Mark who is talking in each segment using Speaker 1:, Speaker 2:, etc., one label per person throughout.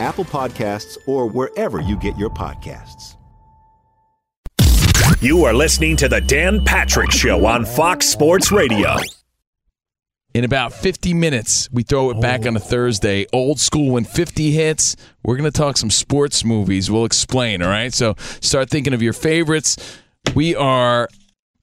Speaker 1: Apple Podcasts, or wherever you get your podcasts.
Speaker 2: You are listening to The Dan Patrick Show on Fox Sports Radio.
Speaker 3: In about 50 minutes, we throw it back on a Thursday. Old school when 50 hits. We're going to talk some sports movies. We'll explain, all right? So start thinking of your favorites. We are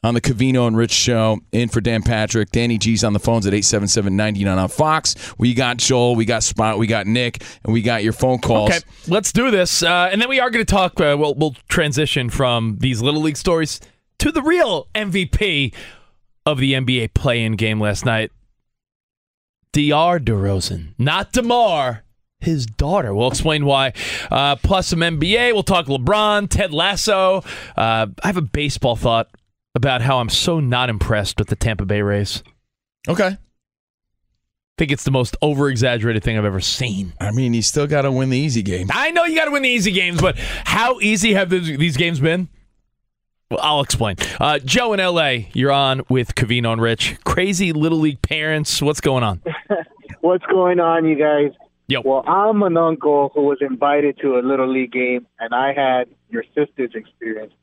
Speaker 3: on the Cavino and Rich show. In for Dan Patrick. Danny G's on the phones at 877-99 on Fox. We got Joel, we got Spot, we got Nick, and we got your phone calls.
Speaker 4: Okay, let's do this, uh, and then we are going to talk. Uh, we'll, we'll transition from these little league stories to the real MVP of the NBA play-in game last night, Dr. DeRozan, not Demar. His daughter. We'll explain why. Uh, plus some NBA. We'll talk LeBron, Ted Lasso. Uh, I have a baseball thought about how I'm so not impressed with the Tampa Bay Rays.
Speaker 3: Okay.
Speaker 4: think it's the most over exaggerated thing I've ever seen.
Speaker 3: I mean, you still got to win the easy game.
Speaker 4: I know you got to win the easy games, but how easy have th- these games been? Well, I'll explain. Uh, Joe in LA, you're on with Cavino and Rich. Crazy little league parents. What's going on?
Speaker 5: What's going on, you guys?
Speaker 4: Yo.
Speaker 5: Well, I'm an uncle who was invited to a little league game, and I had your sister's experience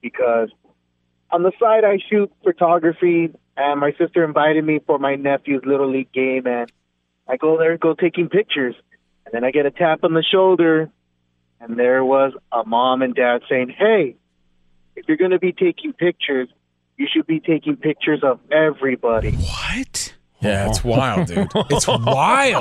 Speaker 5: because on the side I shoot photography, and my sister invited me for my nephew's little league game, and I go there, go taking pictures, and then I get a tap on the shoulder, and there was a mom and dad saying, "Hey, if you're going to be taking pictures, you should be taking pictures of everybody."
Speaker 3: What? Yeah, it's wild, dude. It's wild.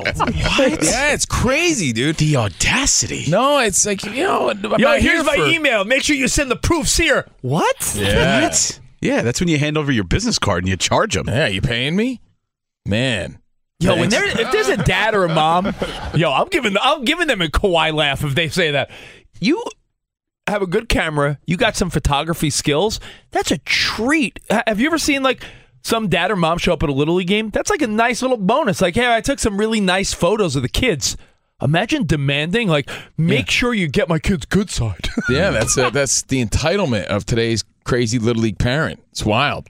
Speaker 3: what? Yeah, it's crazy, dude. The audacity. No, it's like, you know, Oh, I'm
Speaker 4: Yo,
Speaker 3: not
Speaker 4: here's
Speaker 3: here
Speaker 4: my
Speaker 3: for-
Speaker 4: email. Make sure you send the proofs here. What?
Speaker 3: Yeah.
Speaker 6: Yeah, that's when you hand over your business card and you charge them.
Speaker 3: Yeah, you paying me? Man.
Speaker 4: Yo, when there, if there's a dad or a mom, yo, I'm giving I'm giving them a Kawhi laugh if they say that. You have a good camera. You got some photography skills. That's a treat. Ha- Have you ever seen like some dad or mom show up at a little league game? That's like a nice little bonus. Like, hey, I took some really nice photos of the kids. Imagine demanding like, make sure you get my kids good side.
Speaker 3: Yeah, that's uh that's the entitlement of today's crazy little league parent. It's wild.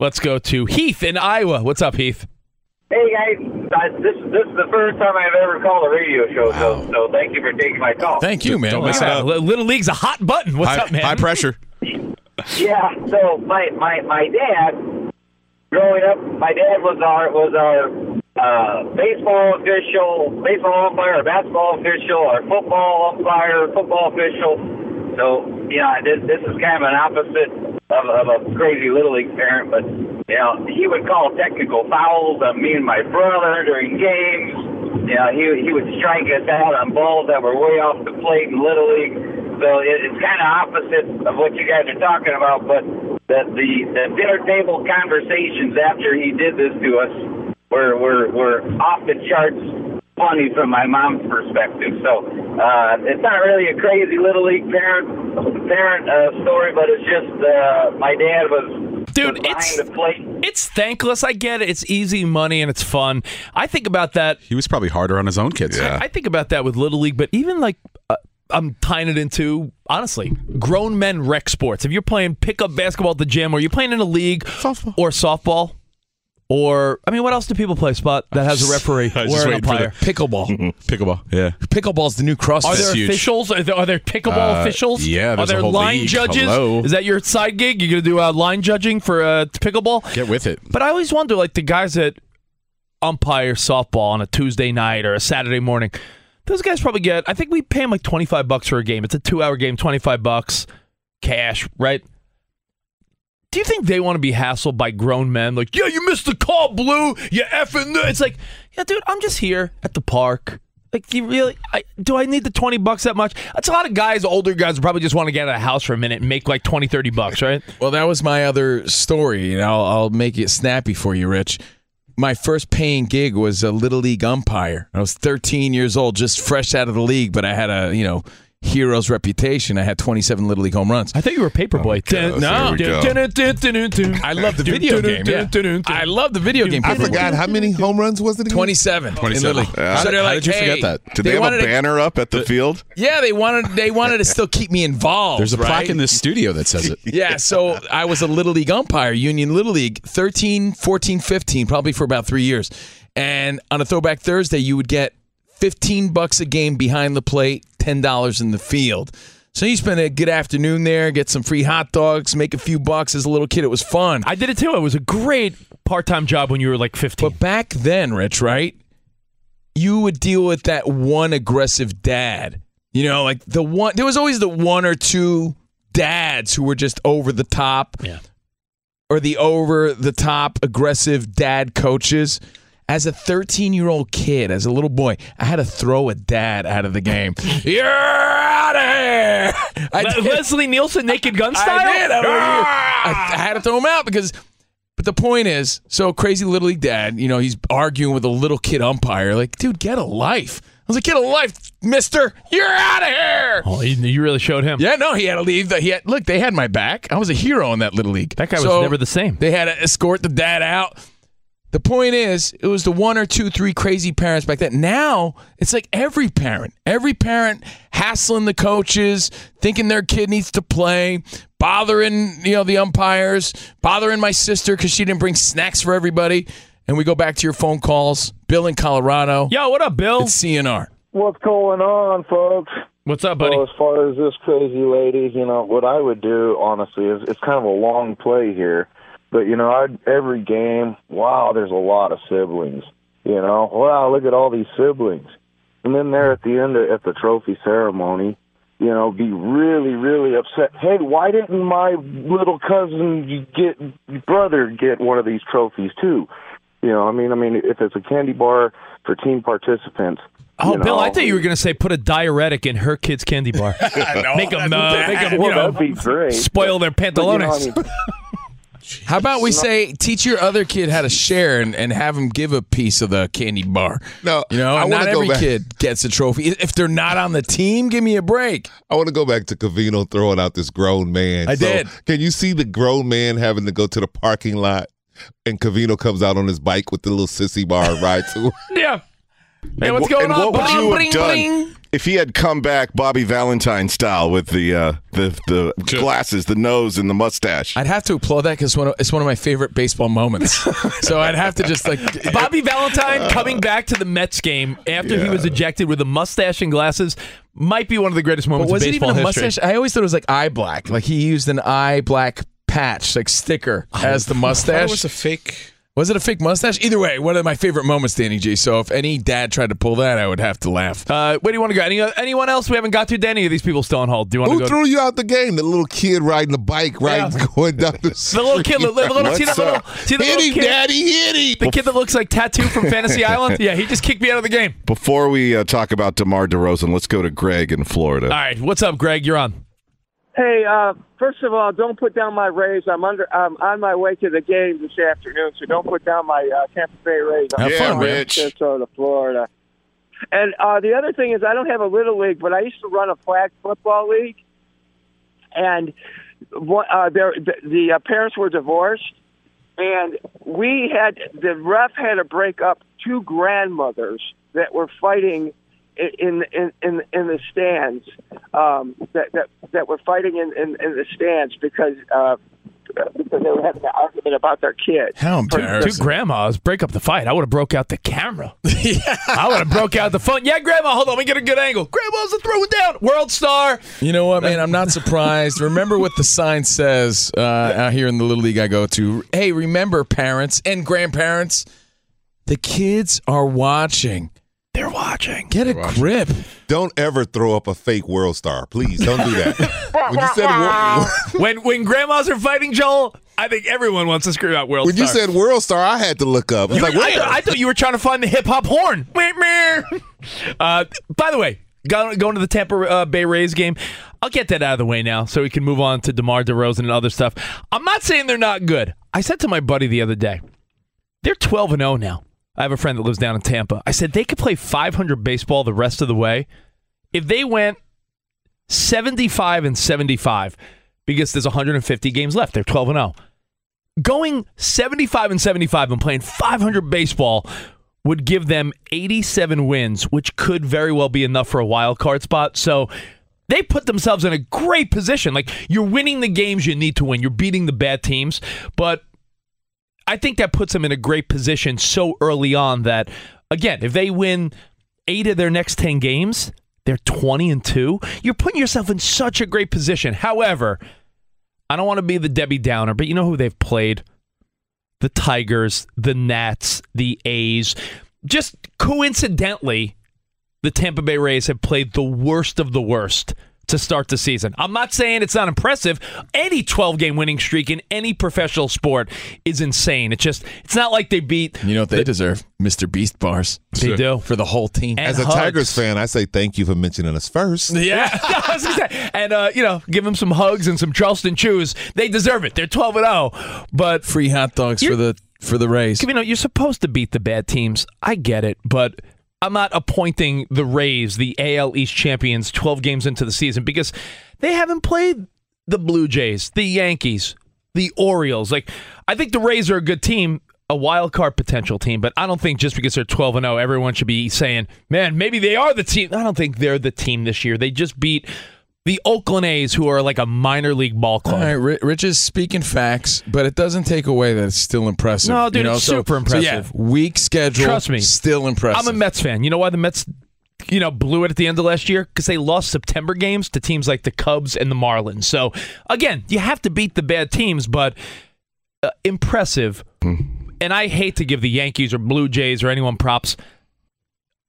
Speaker 4: Let's go to Heath in Iowa. What's up, Heath?
Speaker 7: Hey guys, I, this this is the first time I've ever called a radio show, so so thank you for taking my call.
Speaker 3: Thank you, man.
Speaker 6: Don't miss it
Speaker 4: Wow,
Speaker 6: up.
Speaker 4: li- Little league's a hot button. What's
Speaker 6: high,
Speaker 4: up, man?
Speaker 6: high pressure.
Speaker 7: yeah, so my my my dad, growing up, my dad was our was our uh, baseball official, baseball umpire, basketball official, or football umpire, football official. So yeah, this this is kind of an opposite of, of a crazy little league parent, but you know he would call technical fouls on me and my brother during games. Yeah, he he would strike us out on balls that were way off the plate in Little League. So it, it's kind of opposite of what you guys are talking about. But the, the the dinner table conversations after he did this to us were were were off the charts funny from my mom's perspective. So uh, it's not really a crazy Little League parent parent uh, story, but it's just uh, my dad was
Speaker 4: Dude,
Speaker 7: was behind
Speaker 4: it's-
Speaker 7: the plate.
Speaker 4: It's thankless. I get it. It's easy money and it's fun. I think about that.
Speaker 6: He was probably harder on his own kids.
Speaker 4: I think about that with Little League, but even like uh, I'm tying it into, honestly, grown men rec sports. If you're playing pickup basketball at the gym or you're playing in a league or softball Or I mean, what else do people play? Spot that has a referee
Speaker 6: I was
Speaker 4: or
Speaker 6: just
Speaker 4: an
Speaker 6: waiting for
Speaker 4: umpire.
Speaker 6: the-
Speaker 3: Pickleball.
Speaker 6: Pickleball. Yeah.
Speaker 3: Pickleball's the new CrossFit.
Speaker 4: Are there
Speaker 6: huge.
Speaker 4: officials? Are there, are there pickleball
Speaker 6: Uh,
Speaker 4: officials?
Speaker 6: yeah,
Speaker 4: Are
Speaker 6: there's a
Speaker 4: there
Speaker 6: whole
Speaker 4: line
Speaker 6: league.
Speaker 4: judges?
Speaker 6: Hello.
Speaker 4: Is that your side gig? You're gonna do uh, line judging for uh, pickleball?
Speaker 6: Get with it.
Speaker 4: But I always wonder, like the guys that umpire softball on a Tuesday night or a Saturday morning, those guys probably get. I think we pay them like twenty five bucks for a game. It's a two hour game, twenty five bucks cash, right? Do you think they want to be hassled by grown men? Like, yeah, you missed the call, blue. You effing. n-" It's like, yeah, dude, I'm just here at the park. Like, you really? I, do I need the twenty bucks that much? That's a lot of guys, older guys, who probably just want to get out of the house for a minute and make like 20, 30 bucks, right?
Speaker 3: Well, that was my other story, and I'll, I'll make it snappy for you, Rich. My first paying gig was a little league umpire. I was 13 years old, just fresh out of the league, but I had a you know hero's reputation. I had 27 little league home runs.
Speaker 4: I thought you were a
Speaker 3: Oh
Speaker 4: paperboy. Dun-
Speaker 3: there we go.
Speaker 4: dun-
Speaker 3: I love the video game. Yeah. I love the video game.
Speaker 8: I forgot how many home runs was it? Again?
Speaker 3: 27.
Speaker 8: 27.
Speaker 3: In
Speaker 8: Yeah.
Speaker 3: so they're
Speaker 8: How
Speaker 3: like,
Speaker 8: did you
Speaker 3: hey,
Speaker 8: forget that? Did
Speaker 6: they have a
Speaker 3: wanted to-
Speaker 8: Banner up at the field.
Speaker 3: yeah, they wanted they wanted to still keep me involved.
Speaker 6: There's a
Speaker 3: Oh, right?
Speaker 6: plaque in this studio that says it.
Speaker 3: yeah, so I was a Little League umpire, Union Little League, 13, 14, 15, probably for about three years. And on a throwback Thursday, you would get 15 bucks a game behind the plate, $10 in the field. So you spend a good afternoon there, get some free hot dogs, make a few bucks as a little kid. It was fun.
Speaker 4: I did it too. It was a great part time job when you were like 15.
Speaker 3: But back then, Rich, right? You would deal with that one aggressive dad. You know, like the one, there was always the one or two dads who were just over the top.
Speaker 4: Yeah.
Speaker 3: or the over the top aggressive dad coaches. As a 13 year old kid, as a little boy, I had to throw a dad out of the game. You're out of here! I
Speaker 4: Le-
Speaker 3: did.
Speaker 4: Leslie Nielsen, Naked Gun style?
Speaker 3: I did. I, was like, I, I had to throw him out because. But the point is, so crazy little league dad, you know, he's arguing with a little kid umpire. Like, dude, get a life. I was like, get a life, mister. You're out of here.
Speaker 4: Oh, you, you really showed him.
Speaker 3: Yeah, no, he had to leave. The, he had, look, they had my back. I was a hero in that little league.
Speaker 4: That guy was never the same.
Speaker 3: They had to escort the dad out. The point is, it was the one or two, three crazy parents back then. Now it's like every parent, every parent hassling the coaches, thinking their kid needs to play, bothering you know the umpires, bothering my sister because she didn't bring snacks for everybody. And we go back to your phone calls. Bill in Colorado,
Speaker 4: Yo, what up, Bill?
Speaker 3: it's CNR.
Speaker 9: What's going on, folks?
Speaker 4: What's up, buddy?
Speaker 9: Well, as far as this crazy lady, you know, what I would do, honestly, is it's kind of a long play here. But, you know, I'd, every game, wow, there's a lot of siblings. You know, wow, look at all these siblings. And then there at the end of, at the trophy ceremony, you know, be really, really upset. Hey, why didn't my little cousin get brother get one of these trophies too? You know, I mean, I mean, if it's a candy bar for team participants.
Speaker 4: Oh,
Speaker 9: you
Speaker 4: Bill,
Speaker 9: know,
Speaker 4: I thought you were going to say put a diuretic in her kid's candy bar. make them, uh, make 'em,
Speaker 9: well,
Speaker 4: you know,
Speaker 9: that'd be great.
Speaker 4: spoil their
Speaker 9: But, you know, I
Speaker 4: pantalones.
Speaker 9: mean,
Speaker 3: How about we say teach your other kid how to share and, and have him give a piece of the candy bar?
Speaker 8: No,
Speaker 3: you know,
Speaker 8: I wanna
Speaker 3: not
Speaker 8: go
Speaker 3: every
Speaker 8: back.
Speaker 3: kid gets a trophy. If they're not on the team, give me a break.
Speaker 8: I want to go back to Cavino throwing out this grown man.
Speaker 3: I did.
Speaker 8: Can you see the grown man having to go to the parking lot? And Cavino comes out on his bike with the little sissy bar and rides to
Speaker 4: yeah. Hey, what's
Speaker 10: wh-
Speaker 4: going
Speaker 10: and what
Speaker 4: on?
Speaker 10: would
Speaker 4: Bling,
Speaker 10: you have
Speaker 4: bling,
Speaker 10: done
Speaker 4: bling.
Speaker 10: if he had come back Bobby Valentine style with the uh, the the glasses, the nose, and the mustache?
Speaker 3: I'd have to applaud that because one of, it's one of my favorite baseball moments. so I'd have to just like
Speaker 4: Bobby
Speaker 8: Uh,
Speaker 4: Valentine coming back to the Mets game after he was ejected with a mustache and glasses might be one of the greatest
Speaker 3: But
Speaker 4: moments
Speaker 3: was
Speaker 4: in
Speaker 3: it even
Speaker 4: baseball
Speaker 3: a
Speaker 4: history.
Speaker 3: mustache? I always thought it was like eye black. Like he used an eye black patch, like sticker, as the mustache.
Speaker 6: was a fake.
Speaker 3: Was it a fake mustache? Either way, one of my favorite moments, Danny G. So if any dad tried to pull that, I would have to laugh.
Speaker 4: Uh, where do you want to go? Any, anyone else we haven't got to? Danny, are these people still on hold? Do you want to
Speaker 8: Who
Speaker 4: go?
Speaker 8: threw you out the game? The little kid riding the bike, right? Going down the street.
Speaker 4: The little kid, the little, see that
Speaker 10: What's
Speaker 4: little,
Speaker 10: up?
Speaker 4: see the
Speaker 8: Hit
Speaker 4: little
Speaker 8: him,
Speaker 4: kid,
Speaker 8: daddy, hit him.
Speaker 4: the kid that looks like Tattoo from Fantasy Island. Yeah, he just kicked me out of the game.
Speaker 10: Before we uh, talk about DeMar DeRozan, let's go to Greg in Florida.
Speaker 4: All right, what's up, Greg? You're on.
Speaker 11: Hey, uh, first of all, don't put down my Rays. I'm under. I'm on my way to the game this afternoon, so don't put down my uh, Tampa Bay Rays. I'm
Speaker 10: Yeah,
Speaker 11: from
Speaker 10: Rich.
Speaker 11: Sarasota, Florida. And uh, the other thing is, I don't have a little league, but I used to run a flag football league, and what, uh, there, the, the uh, parents were divorced, and we had the ref had to break up two grandmothers that were fighting in in in, in the stands um, that that that were fighting in, in in the stands because uh, because they were having an argument about their kid.
Speaker 4: How
Speaker 11: embarrassing.
Speaker 4: Two grandmas break up the fight. I would have broke out the camera. I would have broke out the phone. Yeah, grandma, hold on. Let me get a good angle. Grandma's a throw it down. World star.
Speaker 3: You know what, man? I'm not surprised. remember what the sign says uh, out here in the little league I go to. Hey, remember, parents and grandparents, the kids are watching.
Speaker 4: They're watching.
Speaker 3: Get a grip.
Speaker 8: Don't ever throw up a fake world star. Please don't do that. when you said
Speaker 4: when when grandmas are fighting, Joel, I think everyone wants to scream out world
Speaker 8: when you
Speaker 4: star.
Speaker 8: said world star, I had to look up. I was
Speaker 4: You-
Speaker 8: like, what the-
Speaker 4: I, I thought you were trying to find the hip hop horn. Meh, meh. Uh, by the way, go- going to the Tampa uh, Bay Rays game. I'll get that out of the way now, so we can move on to Demar Derozan and other stuff. I'm not saying they're not good. I said to my buddy the other day, they're 12 and 0 now. I have a friend that lives down in Tampa. I said they could play 500 baseball the rest of the way if they went 75 and 75 because there's 150 games left. They're 12 and oh. 0 going 75 and 75 and playing 500 baseball would give them 87 wins, which could very well be enough for a wild card spot. So they put themselves in a great position. Like you're winning the games you need to win, you're beating the bad teams, but I think that puts them in a great position so early on that again, if they win 8 of their next 10 games, they're 20 and 2. You're putting yourself in such a great position. However, I don't want to be the Debbie Downer, but you know who they've played? The Tigers, the Nats, the A's. Just coincidentally, the Tampa Bay Rays have played the worst of the worst to start the season. I'm not saying it's not impressive. Any 12 game winning streak in any professional sport is insane. It's just, it's not like they beat.
Speaker 3: You know what they deserve? Mr. Beast bars.
Speaker 4: They do.
Speaker 3: For the whole team.
Speaker 4: And
Speaker 8: as a
Speaker 4: hugs.
Speaker 8: Tigers fan, I say thank you for mentioning us first.
Speaker 4: Yeah. I was gonna say, and, uh, you know, give them some hugs and some Charleston chews. They deserve it. They're 12 and 0. But
Speaker 3: free hot dogs for the for the Rays.
Speaker 4: You know, you're supposed to beat the bad teams. I get it, but I'm not appointing the Rays, the AL East champions, 12 games into the season because they haven't played the Blue Jays, the Yankees, the Orioles. Like, I think the Rays are a good team, a wild card potential team, but I don't think just because they're 12 and 0, everyone should be saying, man, maybe they are the team. I don't think they're the team this year. They just beat the Oakland A's, who are like a minor league ball club.
Speaker 3: All right, Ri- Rich is speaking facts, but it doesn't take away that it's still impressive.
Speaker 4: No, dude,
Speaker 3: you know?
Speaker 4: it's
Speaker 3: So-
Speaker 4: super
Speaker 3: so, yeah,
Speaker 4: impressive.
Speaker 3: weak schedule.
Speaker 4: Trust me,
Speaker 3: still impressive.
Speaker 4: I'm a Mets fan. You know why the Mets, you know, blew it at the end of last year because they lost September games to teams like the Cubs and the Marlins. So again, you have to beat the bad teams, but uh, impressive.
Speaker 3: Hmm.
Speaker 4: And I hate to give the Yankees or Blue Jays or anyone props.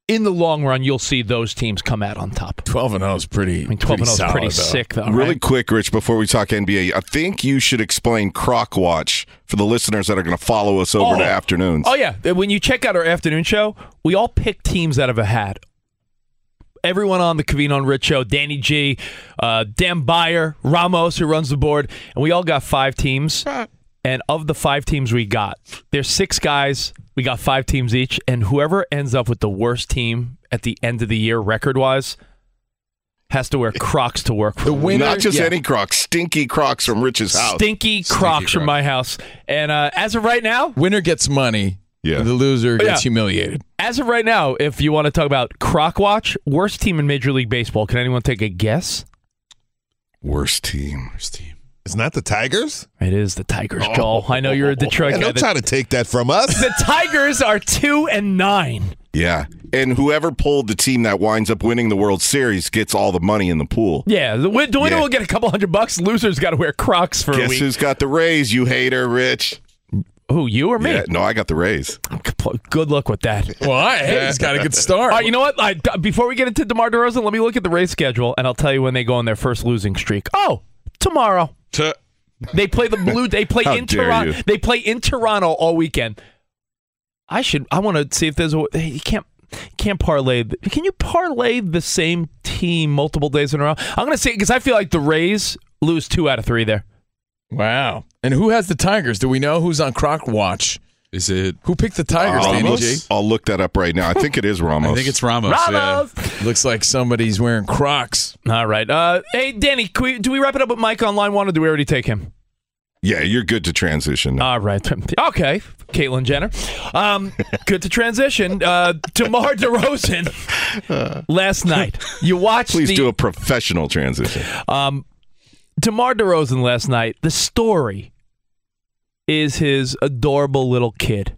Speaker 4: In the long run, you'll see those teams come out on top.
Speaker 3: Twelve and zero is pretty. I mean,
Speaker 4: twelve and zero is pretty
Speaker 10: solid,
Speaker 4: sick, though.
Speaker 10: Really
Speaker 4: right?
Speaker 10: quick, Rich, before we talk NBA, I think you should explain Croc Watch for the listeners that are going to follow us over
Speaker 4: Oh.
Speaker 10: to afternoons.
Speaker 4: Oh yeah, Uh, when you check out our afternoon show, we all pick teams out of a hat. Everyone on the Cavino and Rich show, Danny G, uh, Dan Byer, Ramos, who runs the board, and we all got five teams. And of the five teams we got, there's six guys. We got five teams each, and whoever ends up with the worst team at the end of the year, record wise, has to wear Crocs to work. For the
Speaker 10: Not just any Crocs, stinky Crocs from Rich's house.
Speaker 4: stinky Crocs from my house. And uh, as of right now,
Speaker 3: winner gets money. Yeah. The loser
Speaker 4: Yeah.
Speaker 3: gets humiliated.
Speaker 4: As of right now, if you want to talk about Croc Watch, worst team in Major League Baseball, can anyone take a guess?
Speaker 10: Worst team.
Speaker 8: Worst team. It's not the Tigers.
Speaker 4: It is the Tigers, Joel. I know you're a Detroit
Speaker 8: And
Speaker 4: guy.
Speaker 8: don't try to take that from us.
Speaker 4: The Tigers are two and nine.
Speaker 10: Yeah. And whoever pulled the team that winds up winning the World Series gets all the money in the pool.
Speaker 4: Yeah, the, win- the winner
Speaker 10: Yeah.
Speaker 4: will get a couple hundred bucks. Loser's got to wear Crocs for a
Speaker 10: Guess
Speaker 4: week.
Speaker 10: who's got the Rays, you hater, Rich?
Speaker 4: Who, you or me?
Speaker 10: Yeah, no, I got the Rays.
Speaker 4: Good luck with that. Well,
Speaker 3: I hey, he's got a good start.
Speaker 4: All right, you know what? I, before we get into DeMar DeRozan, let me look at the race schedule, and I'll tell you when they go on their first losing streak. Oh, tomorrow. They play the blue. They play
Speaker 10: How
Speaker 4: in
Speaker 10: dare
Speaker 4: Toronto.
Speaker 10: you.
Speaker 4: They play in Toronto all weekend. I should. I want to see if there's a. hey, You can't. Can't parlay. th- Can you parlay the same team multiple days in a row? I'm gonna say because I feel like the Rays lose two out of three there.
Speaker 3: Wow. And who has the Tigers? Do we know who's on Croc Watch? Is it who picked the Tigers? Danny G?
Speaker 10: Ramos? I'll look that up right now. I think it is Ramos.
Speaker 3: I think it's Ramos.
Speaker 4: Ramos!
Speaker 3: Looks like somebody's wearing Crocs.
Speaker 4: All right. Uh, hey, Danny, can we, do we wrap it up with Mike on line one, or do we already take him?
Speaker 10: Yeah, you're good to transition.
Speaker 4: All right. Okay. Caitlyn Jenner. Um, good to transition. Uh, Demar DeRozan. Last night, you watched.
Speaker 10: Please
Speaker 4: the,
Speaker 10: do a professional transition.
Speaker 4: Um, DeMar DeRozan last night, the story is his adorable little kid.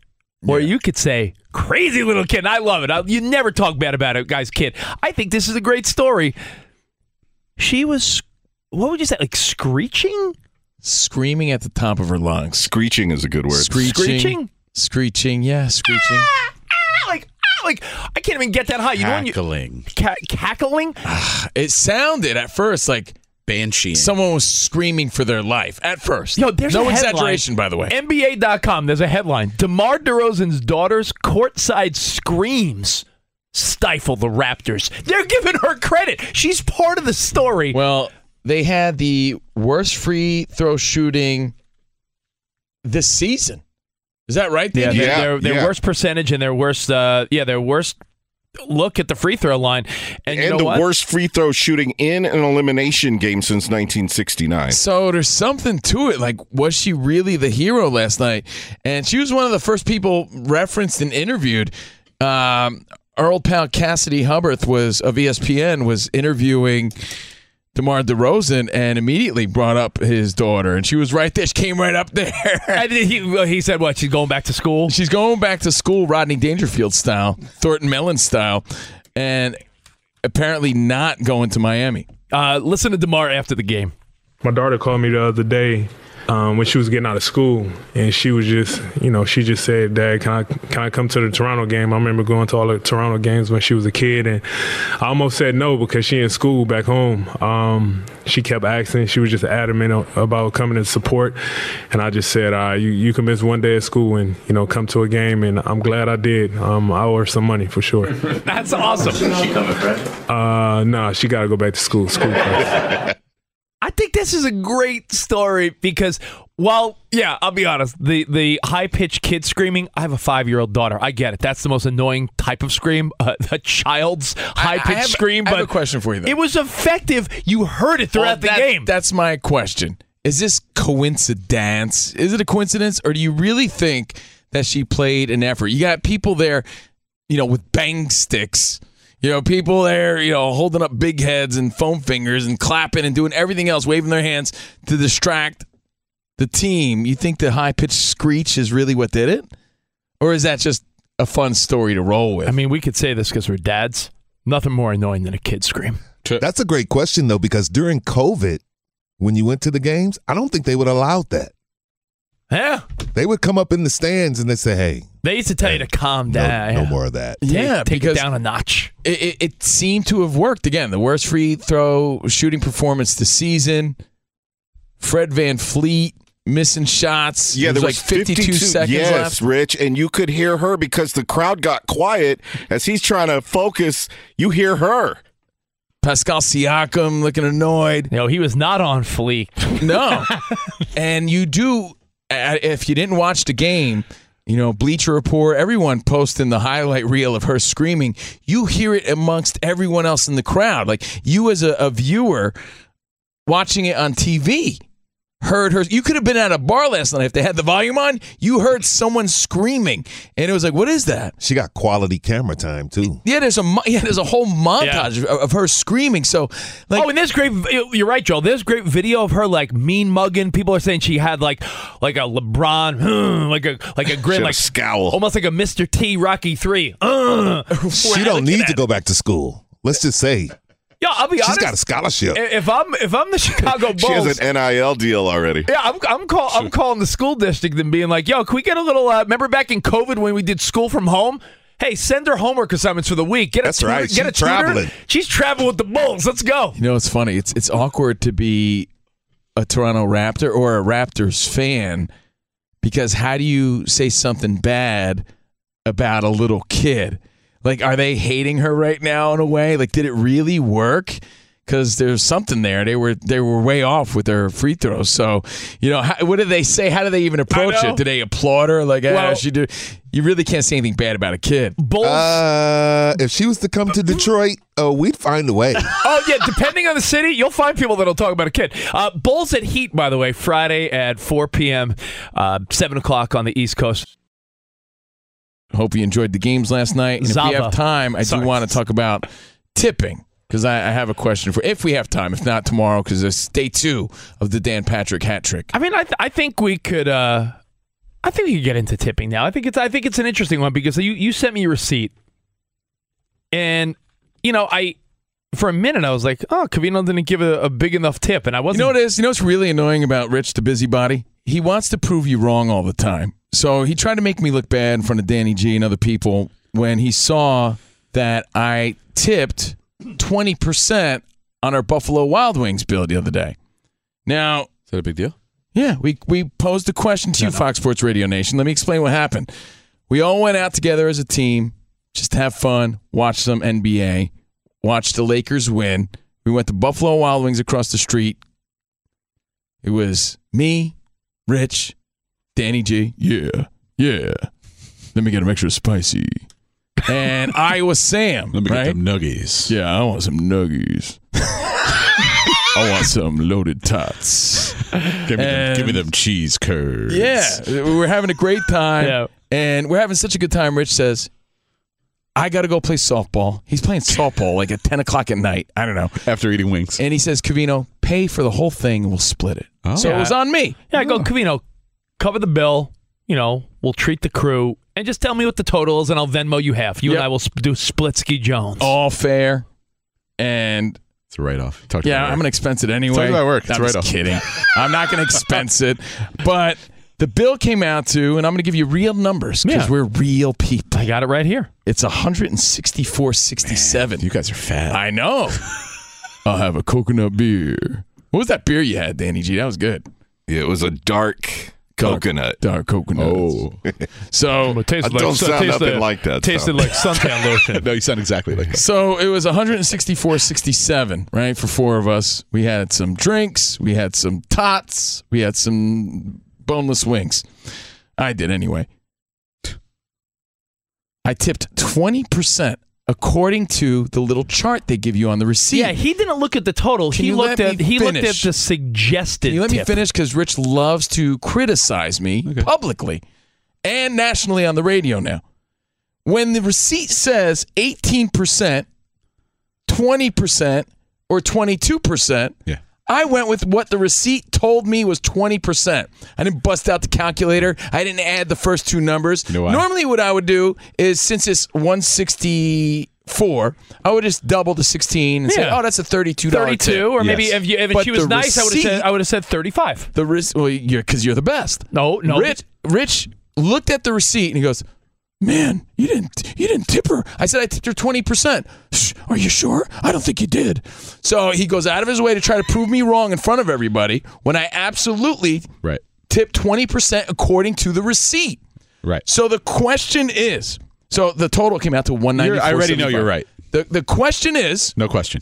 Speaker 4: Or you could say crazy little kid. and I love it. I, you never talk bad about a guy's kid. I think this is a great story. She was, what would you say, like screeching?
Speaker 3: Screaming at the top of her lungs.
Speaker 10: Screeching is a good word.
Speaker 3: Screeching.
Speaker 4: Screeching?
Speaker 3: Screeching, yeah, screeching.
Speaker 4: Ah, like, ah, like I can't even get that high. Ah, You know when you
Speaker 3: Cackling.
Speaker 4: ca- cackling?
Speaker 3: It sounded at first like banshee. Someone was screaming for their life at first.
Speaker 4: Yo, there's
Speaker 3: no
Speaker 4: a headline.
Speaker 3: exaggeration, by the way.
Speaker 4: NBA.com. There's a headline: DeMar DeRozan's daughter's courtside screams stifle the Raptors. They're giving her credit. She's part of the story.
Speaker 3: Well, they had the worst free throw shooting this season. Is that right?
Speaker 4: Yeah,
Speaker 3: Dingy?
Speaker 4: their, their, their worst percentage and their worst, uh, yeah, their worst look at the free throw line. And, you
Speaker 10: and
Speaker 4: know
Speaker 10: the
Speaker 4: what?
Speaker 10: worst free throw shooting in an elimination game since 1969.
Speaker 3: So there's something to it. Like, was she really the hero last night? And she was one of the first people referenced and interviewed. Um, our old pal Cassidy Hubbard was of E ESPN was interviewing DeMar DeRozan and immediately brought up his daughter, and she was right there. She came right up there.
Speaker 4: And he, well, he said, "What? She's going back to school?
Speaker 3: She's going back to school, Rodney Dangerfield style, Thornton Mellon style, and apparently not going to Miami."
Speaker 4: Uh, listen to DeMar after the game.
Speaker 12: My daughter called me the other day um, when she was getting out of school, and she was just, you know, she just said, "Dad, can I can I come to the Toronto game?" I remember going to all the Toronto games when she was a kid, and I almost said no because she in school back home. Um, she kept asking; she was just adamant a- about coming to support, and I just said, uh, "You you can miss one day at school and you know come to a game," and I'm glad I did. Um, I owe her some money for sure.
Speaker 4: That's awesome.
Speaker 12: Uh, nah, she got to go back to school. School.
Speaker 4: I think this is a great story because while yeah, I'll be honest, the the high pitched kid screaming, I have a five year old daughter. I get it. That's the most annoying type of scream, uh, a child's high
Speaker 3: I have-
Speaker 4: pitched scream.
Speaker 3: I have
Speaker 4: but
Speaker 3: a question for you, though.
Speaker 4: It was effective. You heard it throughout the
Speaker 3: Well, that-
Speaker 4: game.
Speaker 3: That's my question. Is this coincidence? Is it a coincidence, or do you really think that she played an effort? You got people there, you know, with bang sticks. You know, people there, you know, holding up big heads and foam fingers and clapping and doing everything else, waving their hands to distract the team. You think the high pitched screech is really what did it, or is that just a fun story to roll with?
Speaker 4: I mean, we could say this because we're dads. Nothing more annoying than a kid scream.
Speaker 8: That's a great question though, because during COVID, when you went to the games, I don't think they would allow that.
Speaker 4: Yeah,
Speaker 8: they would come up in the stands and they say, "Hey,
Speaker 4: They used to tell you to calm
Speaker 8: no,
Speaker 4: down.
Speaker 8: no more of that."
Speaker 4: Take-
Speaker 3: Yeah,
Speaker 4: take
Speaker 3: because-
Speaker 4: it down a notch.
Speaker 3: it, it, it seemed to have worked again. The worst free throw shooting performance this season. Fred Van Fleet missing shots.
Speaker 10: Yeah,
Speaker 3: There's
Speaker 10: there was
Speaker 3: like 52, seconds
Speaker 10: yes,
Speaker 3: left.
Speaker 10: Rich, and you could hear her because the crowd got quiet as he's trying to focus. You hear her.
Speaker 3: Pascal Siakam looking annoyed.
Speaker 4: No, he was not on fleek.
Speaker 3: No. and you do, uh, if you didn't watch the game, you know, Bleacher Report, everyone posting the highlight reel of her screaming. You hear it amongst everyone else in the crowd. Like you, as a, a viewer watching it on TV, heard her. You could have been at a bar last night if they had the volume on. You heard someone screaming, and it was like, "What is that?"
Speaker 8: She got quality camera time too.
Speaker 3: Yeah, there's a mo- yeah, there's a whole montage of, of her screaming. So, like,
Speaker 4: oh, and there's great. You're right, Joel. There's great video of her like mean mugging. People are saying she had like like a LeBron, "Hmm," like a like a
Speaker 10: She had
Speaker 4: grin,
Speaker 10: a
Speaker 4: like
Speaker 10: scowl.
Speaker 4: almost like a Mr. T Rocky Three. "Uh."
Speaker 8: she don't need to go back to school. Let's just say
Speaker 4: Yeah, I'll be
Speaker 8: she's
Speaker 4: honest.
Speaker 8: got a scholarship.
Speaker 4: I- if I'm if I'm the Chicago Bulls,
Speaker 10: She has an NIL deal already.
Speaker 4: yeah, I'm I'm, call, I'm calling the school district and being like, "Yo, can we get a little? Uh, remember back in COVID when we did school from home? Hey, send her homework assignments for the week. Get a
Speaker 8: That's
Speaker 4: tutor,
Speaker 8: right.
Speaker 4: Get
Speaker 8: She's
Speaker 4: a tutor.
Speaker 8: traveling.
Speaker 4: She's traveling with the Bulls. Let's go.
Speaker 3: You know, it's funny. It's it's awkward to be a Toronto Raptor or a Raptors fan because how do you say something bad about a little kid? Like, are they hating her right now in a way? Like, did it really work? Because there's something there. They were they were way off with their free throws. So, you know, how, what do they say? How do they even approach
Speaker 4: know.
Speaker 3: it? Do they applaud her? Like, ah,
Speaker 4: Well-
Speaker 3: she do. You really can't say anything bad about a kid.
Speaker 4: Bulls.
Speaker 8: Uh, if she was to come to Detroit, uh, we'd find a way.
Speaker 4: oh yeah, depending on the city, you'll find people that'll talk about a kid. Uh, Bulls at Heat, by the way, Friday at 4 p.m., uh, 7 o'clock on the East Coast.
Speaker 3: Hope you enjoyed the games last night. And if
Speaker 4: Zava.
Speaker 3: we have time, I
Speaker 4: Sorry.
Speaker 3: do want to talk about tipping because I, I have a question for if we have time. If not tomorrow, because it's day two of the Dan Patrick hat trick.
Speaker 4: I mean, I, th- I think we could. Uh, I think we could get into tipping now. I think it's I think it's an interesting one because you you sent me your receipt, and you know I for a minute I was like, oh, Cavino didn't give a, a big enough tip, and I wasn't.
Speaker 3: You know what it is? You know what's really annoying about Rich the busybody? He wants to prove you wrong all the time. So he tried to make me look bad in front of Danny G and other people when he saw that I tipped 20% on our Buffalo Wild Wings bill the other day. Now, is that a big deal? Yeah, we we posed a question to you, Fox Sports Radio Nation. Let me explain what happened. We all went out together as a team, just to have fun, watch some NBA, watch the Lakers win. We went to Buffalo Wild Wings across the street. It was me, Rich, Danny G. Yeah, yeah. Let me get an extra spicy. And Iowa Sam. Let me get some nuggies. Yeah, I want some nuggies. I want some loaded tots.
Speaker 6: Give me, them, give me
Speaker 3: And-
Speaker 6: them cheese curds.
Speaker 3: yeah, we were having a great time, and we're having such a good time. Rich says, "I got to go play softball." He's playing softball like at ten o'clock at night. I don't know.
Speaker 6: After eating wings,
Speaker 3: and he says, "Cavino, pay for the whole thing, and we'll split it." So it was on me.
Speaker 4: Yeah, I go Cavino, cover the bill. You know, we'll treat the crew, and just tell me what the total is, and I'll Venmo you half. You and I will sp- do Splitsky Jones.
Speaker 3: all fair, and
Speaker 6: it's a write-off.
Speaker 3: yeah, I'm gonna expense it anyway.
Speaker 6: Talk about work. It's
Speaker 3: I'm
Speaker 6: a
Speaker 3: just
Speaker 6: write-off.
Speaker 3: kidding. I'm not gonna expense it, but the bill came out to, and I'm gonna give you real numbers because
Speaker 4: Yeah.
Speaker 3: we're real people. I
Speaker 4: got it right here.
Speaker 3: It's 164.67. You guys are fat. I know. I'll have a coconut beer. What was that beer you had, Danny G? That was good.
Speaker 10: Yeah, it was a dark coconut.
Speaker 3: Dark coconut.
Speaker 10: Oh.
Speaker 3: So
Speaker 10: I don't sound up and like that. though.
Speaker 4: lotion.
Speaker 6: no, you sound exactly like that.
Speaker 3: So it was 164.67, right? For four of us. We had some drinks, we had some tots, we had some boneless wings. I did anyway. I tipped 20% according to the little chart they give you on the receipt.
Speaker 4: Yeah, he didn't look at the total.
Speaker 3: Can
Speaker 4: he
Speaker 3: you
Speaker 4: looked
Speaker 3: let
Speaker 4: at
Speaker 3: me
Speaker 4: he looked at
Speaker 3: finish?
Speaker 4: the suggested.
Speaker 3: Can you let me
Speaker 4: tip.
Speaker 3: finish because Rich loves to criticize me publicly and nationally on the radio now. When the receipt says 18%, 20%, or 22%,
Speaker 6: Yeah.
Speaker 3: I went with what the receipt told me was 20%. I didn't bust out the calculator. I didn't add the first two numbers.
Speaker 6: know why?
Speaker 3: Normally, what I would do is since it's 164, I would just double the 16 and say,
Speaker 4: Yeah.
Speaker 3: oh, that's a $32 tip.
Speaker 4: Thirty-two, or maybe if, you, if
Speaker 3: But
Speaker 4: she was
Speaker 3: the
Speaker 4: nice, I would have said
Speaker 3: receipt-
Speaker 4: I would have said thirty-five.
Speaker 3: the risk, well, you're because you're the best.
Speaker 4: No, no.
Speaker 3: Rich, Rich looked at the receipt and he goes, "Man, you didn't, you didn't tip her." I said, "I tipped her twenty percent." Are you sure? I don't think you did. So he goes out of his way to try to prove me wrong in front of everybody when I absolutely
Speaker 6: right
Speaker 3: tipped twenty percent according to the receipt.
Speaker 6: Right.
Speaker 3: So the question is, so the total came out to one ninety.
Speaker 6: You're- I already know you're right.
Speaker 3: The the question is,
Speaker 6: No question.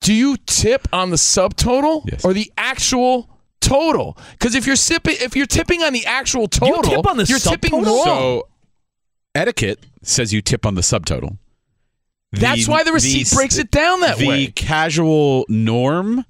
Speaker 3: do you tip on the subtotal or the actual total? Because if you're sipping, if you're tipping on the actual total, you
Speaker 4: tip on the
Speaker 3: are tipping
Speaker 4: subtotal?
Speaker 3: wrong.
Speaker 6: So etiquette says you tip on the subtotal. The-
Speaker 3: That's why the receipt breaks it down that
Speaker 6: the
Speaker 3: way.
Speaker 6: The casual norm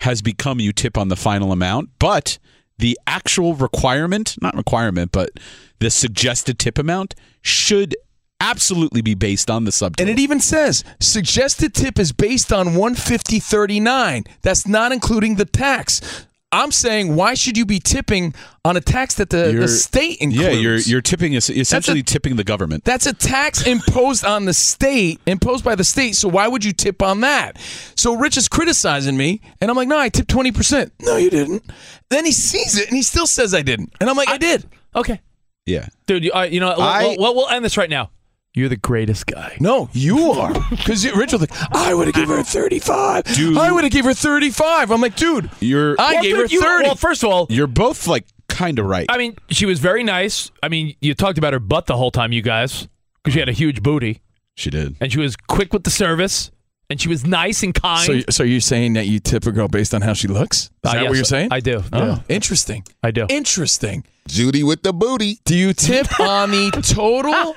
Speaker 6: has become you tip on the final amount, but the actual requirement, not requirement, but the suggested tip amount should absolutely be based on the subtotal.
Speaker 3: and it even says suggested tip is based on 15039. That's not including the tax. I'm saying why should you be tipping on a tax that the, the
Speaker 6: You're-
Speaker 3: state includes?
Speaker 6: Yeah, you're you're tipping is essentially tipping the government.
Speaker 3: That's a tax imposed on the state, imposed by the state. So why would you tip on that? So Rich is criticizing me, and I'm like, no, I tipped 20%. No, you didn't. Then he sees it, and he still says I didn't. And I'm like, I, did.
Speaker 4: Okay.
Speaker 6: Yeah.
Speaker 4: Dude, you, all right, uh, you know, what,
Speaker 3: I-
Speaker 4: we'll, we'll, we'll end this right now. You're the greatest guy.
Speaker 3: No, you are. Because Rich was like, I would have given her 35.
Speaker 6: Dude.
Speaker 3: I would have given her 35. I'm like, dude,
Speaker 6: You're
Speaker 3: I gave her
Speaker 4: dude, you-
Speaker 3: 30.
Speaker 4: well, first of all,
Speaker 6: you're both like kind of right.
Speaker 4: I mean, she was very nice. I mean, you talked about her butt the whole time, you guys, because she had a huge booty.
Speaker 6: She did.
Speaker 4: And she was quick with the service, and she was nice and kind.
Speaker 3: so, so you're saying that you tip a girl based on how she looks? Is
Speaker 4: Uh,
Speaker 3: that
Speaker 4: yes,
Speaker 3: what you're saying?
Speaker 4: I do,
Speaker 3: Oh,
Speaker 4: yeah.
Speaker 3: interesting.
Speaker 4: I do.
Speaker 3: Interesting.
Speaker 8: Judy with the booty.
Speaker 3: Do you tip on the total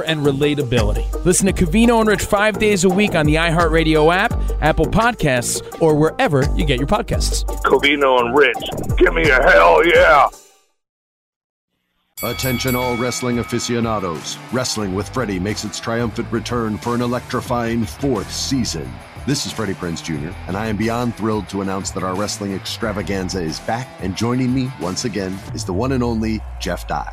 Speaker 4: and relatability.
Speaker 3: Listen to Covino and Rich five days a week on the iHeartRadio app, Apple Podcasts, or wherever you get your podcasts.
Speaker 13: Covino and Rich. Give me a hell yeah.
Speaker 14: Attention all wrestling aficionados. Wrestling with Freddie makes its triumphant return for an electrifying fourth season. This is Freddie Prince Jr., and I am beyond thrilled to announce that our wrestling extravaganza is back, and joining me once again is the one and only Jeff Dye.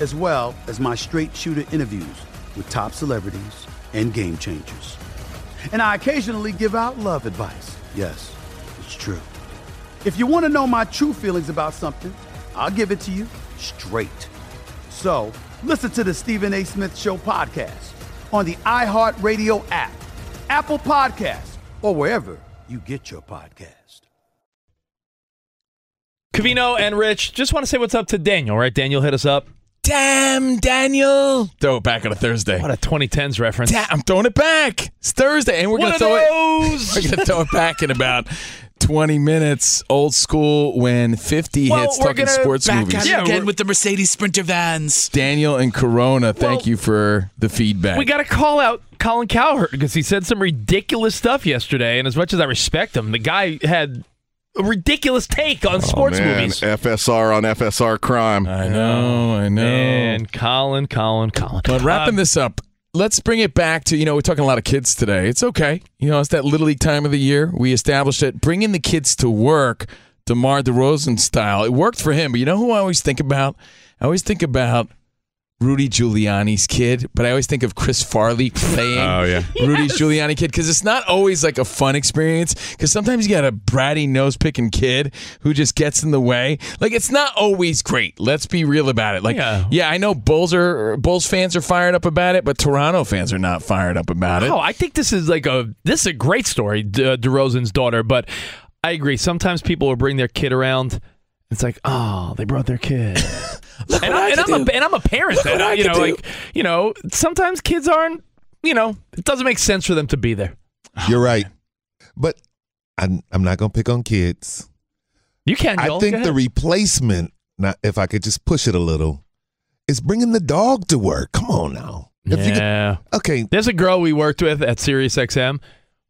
Speaker 15: as well as my straight shooter interviews with top celebrities and game changers. And I occasionally give out love advice. Yes, it's true. If you want to know my true feelings about something, I'll give it to you straight. So listen to the Stephen A. Smith Show podcast on the iHeartRadio app, Apple Podcasts, or wherever you get your podcast.
Speaker 4: Cavino and Rich, just want to say what's up to Daniel, right? Daniel hit us up. Damn, Daniel.
Speaker 3: Throw it back on a Thursday.
Speaker 4: What a 2010s reference.
Speaker 3: Da- I'm throwing it back. It's Thursday, and we're
Speaker 4: One
Speaker 3: gonna
Speaker 4: of
Speaker 3: throw
Speaker 4: those.
Speaker 3: it. We're gonna throw it back in about 20 minutes. Old school when 50
Speaker 16: Well,
Speaker 3: hits
Speaker 16: we're
Speaker 3: talking
Speaker 16: gonna
Speaker 3: sports
Speaker 16: back
Speaker 3: movies.
Speaker 16: at it again with the Mercedes Sprinter vans.
Speaker 3: Daniel and Corona, thank you for the feedback.
Speaker 4: We got to call out Colin Cowherd because he said some ridiculous stuff yesterday. And as much as I respect him, the guy had a ridiculous take on sports
Speaker 10: Oh, Man,
Speaker 4: movies.
Speaker 10: FSR on FSR crime.
Speaker 3: I know, I know.
Speaker 4: And Colin, Colin, Colin.
Speaker 3: But
Speaker 16: Uh,
Speaker 3: wrapping this up, let's bring it back to you know we're talking a lot of kids today. It's okay, you know it's that little league time of the year. We established it. Bringing the kids to work, Demar Derozan style. It worked for him, but you know who I always think about? I always think about Rudy Giuliani's kid, but I always think of Chris Farley playing
Speaker 6: Oh, yeah.
Speaker 3: Rudy Giuliani kid because it's not always like a fun experience. Because sometimes you got a bratty nose picking kid who just gets in the way. Like it's not always great. Let's be real about it. Like yeah, I know Bulls are Bulls fans are fired up about it, but Toronto fans are not fired up about it.
Speaker 4: Oh, I think this is like a this is a great story, D- uh, DeRozan's daughter. But I agree. Sometimes people will bring their kid around. It's like, oh, they brought their kid. Look and,
Speaker 16: what I
Speaker 4: and
Speaker 16: could
Speaker 4: I'm
Speaker 16: do.
Speaker 4: a, and I'm a parent.
Speaker 16: Look what I
Speaker 4: you
Speaker 16: could
Speaker 4: know,
Speaker 16: do.
Speaker 4: like you know, sometimes kids aren't. You know, it doesn't make sense for them to be there.
Speaker 8: You're right. But I'm, I'm not going to pick on kids.
Speaker 4: You can.
Speaker 8: I
Speaker 4: Joel. Go
Speaker 8: think
Speaker 4: ahead.
Speaker 8: the replacement, now, if I could just push it a little, is bringing the dog to work. Come on now. If you could-
Speaker 4: yeah.
Speaker 8: okay.
Speaker 4: There's a girl we worked with at SiriusXM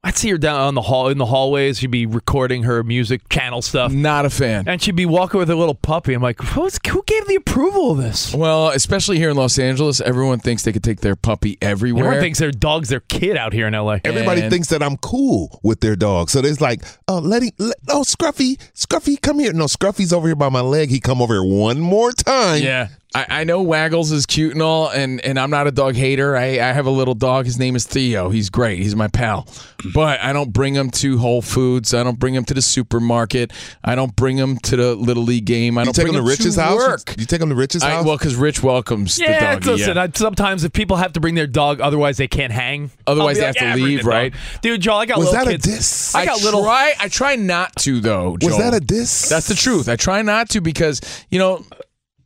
Speaker 4: I'd see her down on the hall in the hallways. She'd be recording her music channel stuff.
Speaker 3: Not a fan.
Speaker 4: And she'd be walking with a little puppy. I'm like, Who's, who gave the approval of this?
Speaker 3: Well, especially here in Los Angeles, everyone thinks they could take their puppy everywhere.
Speaker 4: everyone thinks their dog's their kid out here in L.A.
Speaker 8: Everybody thinks that I'm cool with their dog, so it's like, oh, let him. Let, oh, Scruffy, Scruffy, come here. No, Scruffy's over here by my leg. He come over here one more time.
Speaker 3: Yeah. I, I know Waggles is cute and all, and, and I'm not a dog hater. I, I have a little dog. His name is Theo. He's great. He's my pal. But I don't bring him to Whole Foods. I don't bring him to the supermarket. I don't bring him to the Little League game. I
Speaker 8: You
Speaker 3: don't
Speaker 8: take
Speaker 3: bring
Speaker 8: him to Rich's house.
Speaker 3: work.
Speaker 8: You take him to Rich's
Speaker 3: I-
Speaker 8: house.
Speaker 3: well, because Rich welcomes the
Speaker 4: Yeah,
Speaker 3: doggy.
Speaker 4: listen.
Speaker 3: yeah.
Speaker 4: I, sometimes if people have to bring their dog, otherwise they can't hang.
Speaker 3: Otherwise they
Speaker 4: I'll be
Speaker 3: have to
Speaker 4: "Yeah, bring
Speaker 3: leave,
Speaker 4: the dog."
Speaker 3: right?
Speaker 4: Dude, Joel, I got
Speaker 3: Was
Speaker 4: little
Speaker 3: that a
Speaker 4: kids.
Speaker 3: diss?
Speaker 4: I got
Speaker 3: I
Speaker 4: little.
Speaker 3: try- I try not to though.
Speaker 4: Was
Speaker 3: Joel.
Speaker 4: that a
Speaker 8: diss?
Speaker 3: That's the truth. I try not to because you know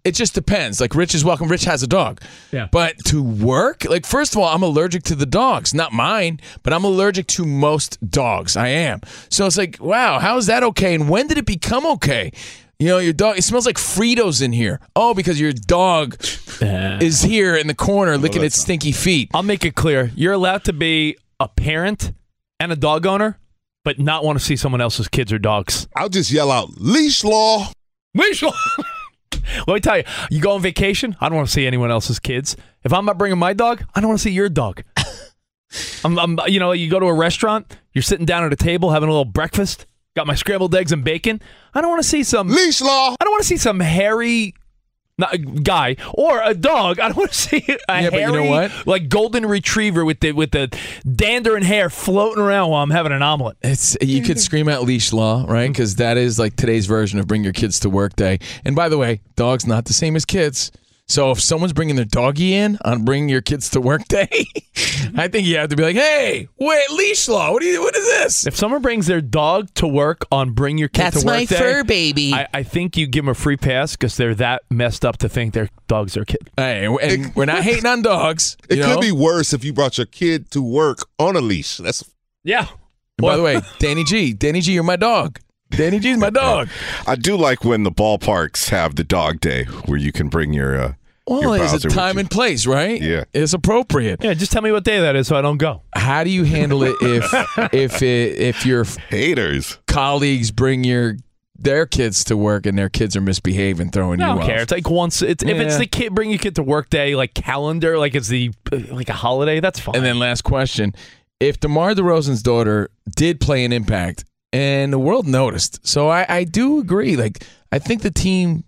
Speaker 3: it just depends. Like Rich is welcome. Rich has a dog.
Speaker 4: Yeah.
Speaker 3: But to work, like first of all, I'm allergic to the dogs, not mine, but I'm allergic to most dogs. I am. So it's like, wow, how is that okay? And when did it become okay? You know, your dog. It smells like Fritos in here. Oh, because your dog is here in the corner licking its stinky feet.
Speaker 4: Oh, I'll make it clear. You're allowed to be a parent and a dog owner, but not want to see someone else's kids or dogs.
Speaker 8: I'll just yell out, leash law.
Speaker 4: Leash law. Let me tell you, you go on vacation, I don't want to see anyone else's kids. If I'm not bringing my dog, I don't want to see your dog. I'm, I'm, you know, you go to a restaurant, you're sitting down at a table having a little breakfast. Got my scrambled eggs and bacon. I don't want to see some
Speaker 8: leash law.
Speaker 4: I don't want to see some hairy not, guy or a dog. I don't want to see a
Speaker 3: Yeah, but
Speaker 4: hairy,
Speaker 3: you know what?
Speaker 4: like golden retriever with the with the dander and hair floating around while I'm having an omelet.
Speaker 3: It's you
Speaker 4: Mm-hmm.
Speaker 3: could scream out leash law, right? Because that is like today's version of bring your kids to work day. And by the way, dogs not the same as kids. So if someone's bringing their doggy in on bring your kids to work day,
Speaker 4: Mm-hmm.
Speaker 3: I think you have to be like, hey, wait, leash law. What do you? What is this?
Speaker 4: If someone brings their dog to work on Bring Your Kid
Speaker 16: That's
Speaker 4: to Work
Speaker 16: my
Speaker 4: Day,
Speaker 16: fur baby.
Speaker 4: I, I think you give them a free pass because they're that messed up to think their dog's their kid.
Speaker 3: Hey, and, and we're not hating on dogs.
Speaker 8: It
Speaker 3: you
Speaker 8: could
Speaker 3: know?
Speaker 8: be worse if you brought your kid to work on a leash. That's
Speaker 4: Yeah.
Speaker 3: And by the way, Danny G, Danny G, you're my dog. Danny G's my dog.
Speaker 10: I do like when the ballparks have the dog day where you can bring your. Uh,
Speaker 3: Well,
Speaker 10: your
Speaker 3: it's
Speaker 10: Bowser
Speaker 3: a
Speaker 10: with
Speaker 3: time
Speaker 10: you.
Speaker 3: and place, right?
Speaker 10: Yeah.
Speaker 3: It's appropriate.
Speaker 4: Yeah, just tell me what day that is so I don't go.
Speaker 3: How do you handle it if if it, if your
Speaker 10: haters
Speaker 3: colleagues bring your their kids to work and their kids are misbehaving, throwing
Speaker 4: I
Speaker 3: you
Speaker 4: don't
Speaker 3: off?
Speaker 4: care. It's like once it's if it's
Speaker 3: Yeah.
Speaker 4: the kid bring your kid to work day like calendar, like it's the like a holiday. That's fine.
Speaker 3: And then last question: If DeMar DeRozan's daughter did play an impact, and the world noticed, so I, I do agree. Like I think the team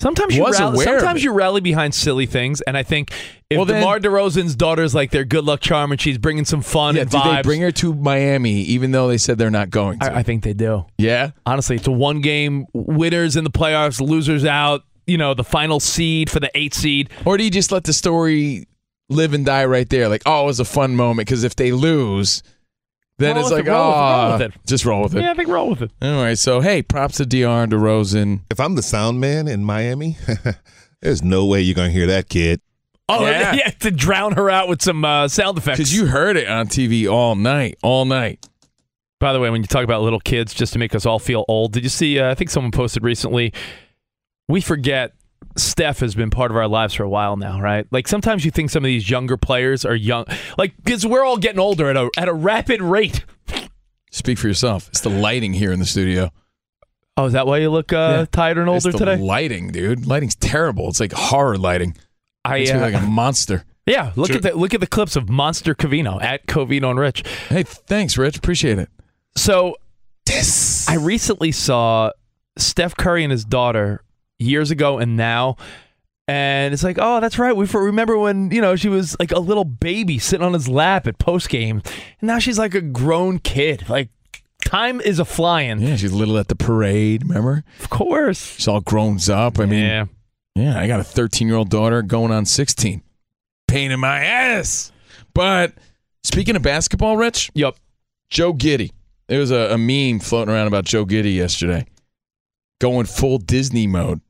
Speaker 4: Sometimes you
Speaker 3: was
Speaker 4: rally,
Speaker 3: aware of
Speaker 4: sometimes
Speaker 3: it.
Speaker 4: you rally behind silly things, and I think if
Speaker 3: Well, then-
Speaker 4: DeMar DeRozan's daughter's like their good luck charm and she's bringing some fun
Speaker 3: Yeah,
Speaker 4: and
Speaker 3: did they
Speaker 4: vibes,
Speaker 3: bring her to Miami even though they said they're not going? To?
Speaker 4: I, I think they do.
Speaker 3: yeah,
Speaker 4: Honestly, it's a one game winners in the playoffs, losers out. You know, the final seed for the eight seed.
Speaker 3: or do you just let the story live and die right there? Like, oh, it was a fun moment because if they lose, then
Speaker 4: Roll
Speaker 3: it's
Speaker 4: with
Speaker 3: like,
Speaker 4: it, roll with it, roll
Speaker 3: oh,
Speaker 4: with it."
Speaker 3: just roll with it.
Speaker 4: Yeah, I think roll with it.
Speaker 3: All right, so hey, props to DR and DeRozan.
Speaker 8: If I'm the sound man in Miami, there's no way you're gonna hear that kid.
Speaker 4: Oh yeah,
Speaker 3: Yeah.
Speaker 4: to drown her out with some uh, sound effects.
Speaker 3: Because you heard it on TV all night, all night.
Speaker 4: By the way, when you talk about little kids, just to make us all feel old, did you see? Uh, I think someone posted recently. We forget Steph has been part of our lives for a while now, right? Like sometimes you think some of these younger players are young, like because we're all getting older at a at a rapid rate.
Speaker 3: Speak for yourself. It's the lighting here in the studio.
Speaker 4: Oh, is that why you look uh,
Speaker 3: Yeah.
Speaker 4: tired and
Speaker 3: It's
Speaker 4: older
Speaker 3: the
Speaker 4: today?
Speaker 3: Lighting, dude. Lighting's terrible. It's like horror lighting.
Speaker 4: I,
Speaker 3: Makes me
Speaker 4: uh,
Speaker 3: like a monster.
Speaker 4: yeah, look at the look at the clips of Monster Covino at Covino and Rich.
Speaker 3: Hey, thanks, Rich. Appreciate it.
Speaker 4: So I recently saw Steph Curry and his daughter years ago and now. And it's like, oh, that's right. We for, remember when you know she was like a little baby sitting on his lap at post game, and now she's like a grown kid. Like time is a flying.
Speaker 3: Yeah, she's little at the parade. Remember?
Speaker 4: Of course.
Speaker 3: She's all grown up. I mean,
Speaker 4: Yeah.
Speaker 3: yeah. I got a 13 year old daughter going on 16. Pain in my ass. But speaking of basketball, Rich.
Speaker 4: Yep.
Speaker 3: Joe Giddy. There was a, a meme floating around about Joe Giddy yesterday, going full Disney mode.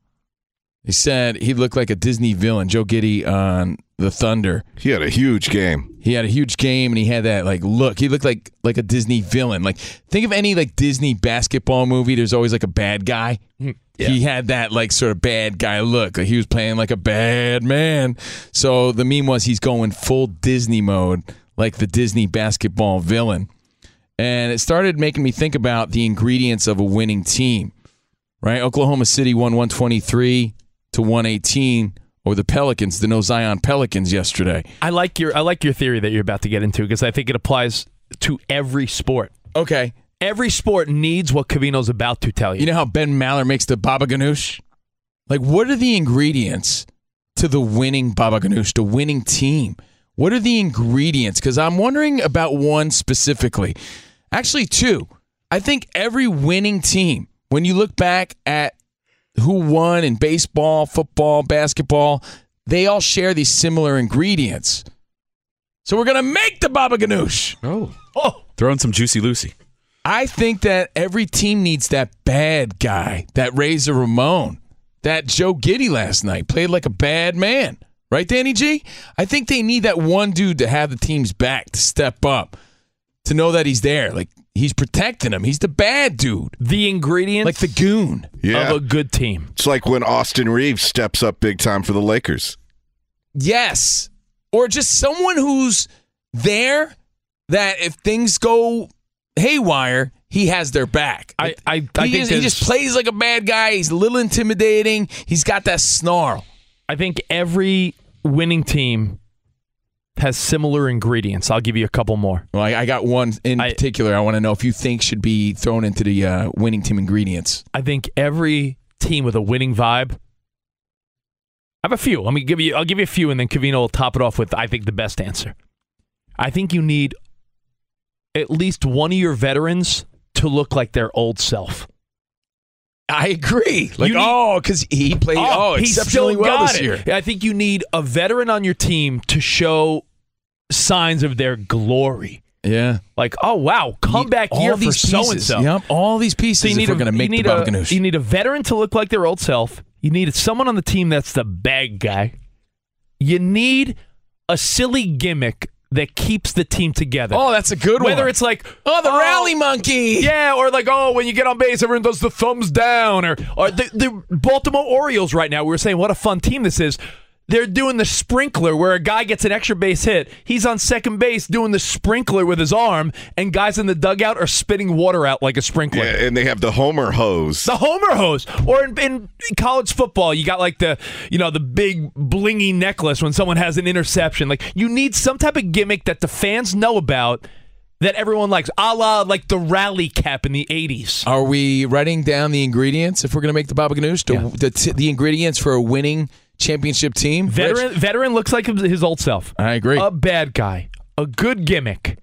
Speaker 3: He said he looked like a Disney villain. Joe Giddy on the Thunder.
Speaker 10: He had a huge game.
Speaker 3: He had a huge game, and he had that like look. He looked like like a Disney villain. Like think of any like Disney basketball movie. There's always like a bad guy. He had that like sort of bad guy look. Like he was playing like a bad man. So the meme was he's going full Disney mode, like the Disney basketball villain. And it started making me think about the ingredients of a winning team, right? Oklahoma City won 123 to 118 or the Pelicans, the no Zion Pelicans yesterday.
Speaker 4: I like your I like your theory that you're about to get into because I think it applies to every sport.
Speaker 3: Okay.
Speaker 4: Every sport needs what Cavino's about to tell you.
Speaker 3: You know how Ben Maller makes the baba ganoush? Like, what are the ingredients to the winning baba ganoush, the winning team? What are the ingredients? Because I'm wondering about one specifically. Actually, two. I think every winning team, when you look back at who won in baseball, football, basketball, they all share these similar ingredients. So we're going to make the baba ganoush.
Speaker 6: Oh. oh. Throw in some Juicy Lucy.
Speaker 3: I think that every team needs that bad guy, that Razor Ramon, that Joe Giddy last night played like a bad man, right, Danny G? I think they need that one dude to have the team's back, to step up, to know that he's there. Like he's protecting him. He's the bad dude.
Speaker 4: The ingredients,
Speaker 3: like the goon
Speaker 10: Yeah.
Speaker 3: of a good team.
Speaker 10: It's like when Austin Reeves steps up big time for the Lakers.
Speaker 3: Yes. Or just someone who's there that if things go haywire, he has their back. I,
Speaker 4: I, I
Speaker 3: he,
Speaker 4: think
Speaker 3: is- he
Speaker 4: there's-
Speaker 3: just plays like a bad guy. He's a little intimidating. He's got that snarl.
Speaker 4: I think every winning team has similar ingredients. I'll give you a couple more.
Speaker 3: Well, I, I got one in particular. I want to know if you think should be thrown into the uh, winning team ingredients.
Speaker 4: I think every team with a winning vibe. I have a few. Let me give you. I'll give you a few, and then Cavino will top it off with I think the best answer. I think you need at least one of your veterans to look like their old self.
Speaker 3: I agree. Like, oh, because he played oh,
Speaker 4: he still
Speaker 3: exceptionally well
Speaker 4: got
Speaker 3: this
Speaker 4: it.
Speaker 3: year.
Speaker 4: I think you need a veteran on your team to show signs of their glory.
Speaker 3: Yeah.
Speaker 4: Like, oh wow, comeback
Speaker 3: all
Speaker 4: year for
Speaker 3: these
Speaker 4: so and
Speaker 3: pieces.
Speaker 4: so.
Speaker 3: Yep, all these pieces
Speaker 4: you
Speaker 3: if
Speaker 4: need
Speaker 3: we're
Speaker 4: a-
Speaker 3: gonna
Speaker 4: you
Speaker 3: make the
Speaker 4: need
Speaker 3: Baba
Speaker 4: a-
Speaker 3: Ganoush.
Speaker 4: You need a veteran to look like their old self. You need someone on the team that's the bad guy. You need a silly gimmick that keeps the team together.
Speaker 3: Oh, that's a good one.
Speaker 4: Whether it's like
Speaker 3: oh the rally monkey,
Speaker 4: yeah, or like oh when you get on base everyone does the thumbs down, or or the, the Baltimore Orioles right now we were saying what a fun team this is. They're doing the sprinkler where a guy gets an extra base hit. He's on second base doing the sprinkler with his arm, and guys in the dugout are spitting water out like a sprinkler.
Speaker 10: Yeah, and they have the Homer hose.
Speaker 4: The Homer hose, or in, in college football, you got like the you know the big blingy necklace when someone has an interception. Like you need some type of gimmick that the fans know about that everyone likes, a la like the rally cap in the '80s.
Speaker 3: Are we writing down the ingredients if we're going to make the Baba Ganoush? The, the, t- the ingredients for a winning championship team?
Speaker 4: Veteran,
Speaker 3: Rich?
Speaker 4: veteran looks like his old self.
Speaker 3: I agree.
Speaker 4: A bad guy, a good gimmick,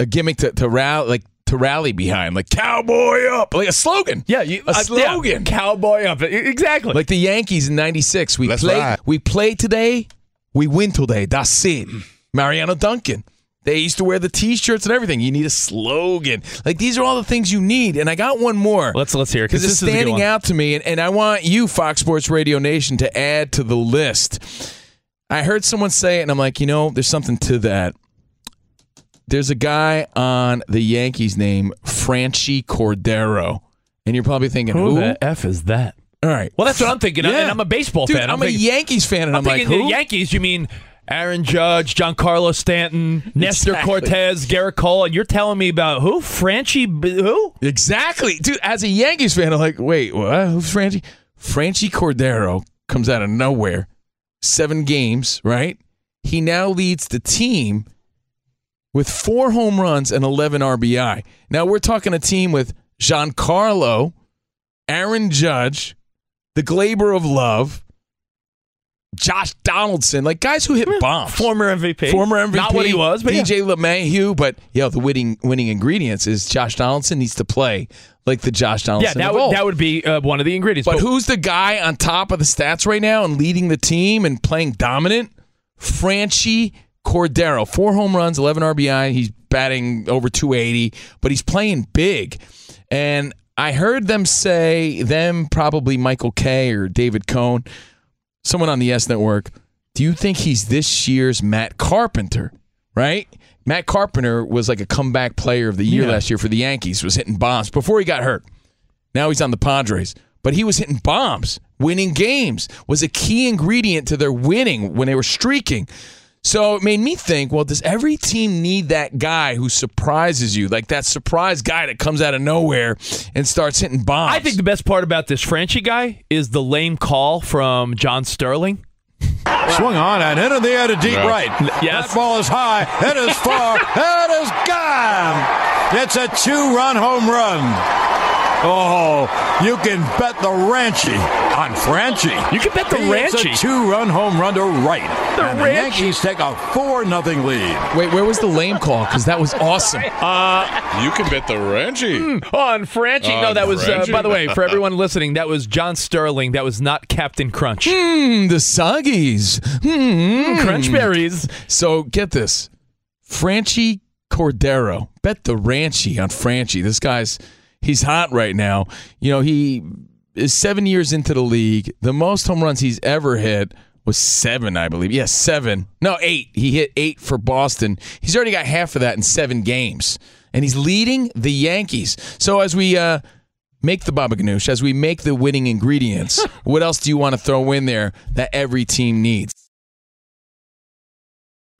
Speaker 3: a gimmick to, to rally, like to rally behind, like cowboy up, like a slogan.
Speaker 4: Yeah, you,
Speaker 3: a
Speaker 4: uh, yeah,
Speaker 3: slogan,
Speaker 4: cowboy up, E, exactly.
Speaker 3: Like the Yankees in '96, we
Speaker 4: Let's
Speaker 3: play,
Speaker 4: ride.
Speaker 3: we play today, we win today. That's it. Mariano Duncan. They used to wear the T-shirts and everything. You need a slogan. Like these are all the things you need. And I got one more.
Speaker 4: Let's let's hear it, 'cause
Speaker 3: because it's
Speaker 4: this is a good
Speaker 3: standing
Speaker 4: one.
Speaker 3: out to me, and, and I want you, Fox Sports Radio Nation, to add to the list. I heard someone say it, and I'm like, you know, there's something to that. There's a guy on the Yankees named Franchi Cordero, and you're probably thinking,
Speaker 4: Who
Speaker 3: who?
Speaker 4: the f is that?
Speaker 3: All right.
Speaker 4: Well, that's what I'm thinking.
Speaker 3: Yeah.
Speaker 4: And I'm a baseball
Speaker 3: Dude,
Speaker 4: fan.
Speaker 3: I'm, a
Speaker 4: thinking-
Speaker 3: Yankees fan, and
Speaker 4: I'm
Speaker 3: I'm, like,
Speaker 4: thinking the
Speaker 3: who?
Speaker 4: Yankees. You mean Aaron Judge, Giancarlo Stanton, Nestor
Speaker 3: Exactly.
Speaker 4: Cortez, Garrett Cole, and you're telling me about who? Franchi? B- Who?
Speaker 3: Exactly, dude. As a Yankees fan, I'm like, wait, what? who's Franchi? Franchi Cordero comes out of nowhere. Seven games, right? He now leads the team with four home runs and 11 RBI. Now we're talking a team with Giancarlo, Aaron Judge, the Glaber of Love, Josh Donaldson, like guys who hit bombs.
Speaker 4: Former MVP.
Speaker 3: Former MVP.
Speaker 4: Not what he was, but yeah.
Speaker 3: DJ LeMahieu. But yo, the winning winning ingredients is Josh Donaldson needs to play like the Josh Donaldson.
Speaker 4: Yeah, that
Speaker 3: of
Speaker 4: would,
Speaker 3: old.
Speaker 4: that would be uh, one of the ingredients.
Speaker 3: But who's the guy on top of the stats right now and leading the team and playing dominant? Franchi Cordero. Four home runs, 11 RBI. He's batting over 280, but he's playing big. And I heard them say, them probably Michael Kay or David Cohn, someone on the S Network, do you think he's this year's Matt Carpenter? Right? Matt Carpenter was like a comeback player of the year
Speaker 4: Yeah.
Speaker 3: last year for the Yankees, was hitting bombs before he got hurt. Now he's on the Padres, but he was hitting bombs, winning games was a key ingredient to their winning when they were streaking. So it made me think, well, does every team need that guy who surprises you? Like that surprise guy that comes out of nowhere and starts hitting bombs.
Speaker 4: I think the best part about this Franchi guy is the lame call from John Sterling.
Speaker 17: Swung on and into the air to deep
Speaker 4: Yeah.
Speaker 17: right.
Speaker 4: Yes.
Speaker 17: That ball is high. It is far. it is gone. It's a two-run home run. Oh, you can bet the Ranchi on Franchi. You
Speaker 4: can bet
Speaker 3: the
Speaker 17: It's
Speaker 3: Ranchi.
Speaker 17: a two-run home run to right.
Speaker 3: The
Speaker 17: and
Speaker 3: Ranchi.
Speaker 17: the Yankees take a four-nothing lead.
Speaker 3: Wait, where was the lame call? Because that was awesome. Uh,
Speaker 18: You can bet the Ranchi.
Speaker 4: Hmm. on Franchi.
Speaker 3: Oh,
Speaker 4: no,
Speaker 18: On
Speaker 4: that was, uh,
Speaker 18: Franchi?
Speaker 4: by the way, for everyone listening, that was John Sterling. That was not Captain Crunch.
Speaker 3: Mmm, the soggies. Mmm.
Speaker 4: Hmm, Crunchberries.
Speaker 3: So get this. Franchi Cordero. Bet the Ranchi on Franchi. This guy's he's hot right now. You know, he is seven years into the league. The most home runs he's ever hit was seven, I believe. Yes, seven. No, eight. He hit eight for Boston. He's already got half of that in seven games. And he's leading the Yankees. So as we uh make the baba ganoush as we make the winning ingredients what else do you want to throw in there that every team needs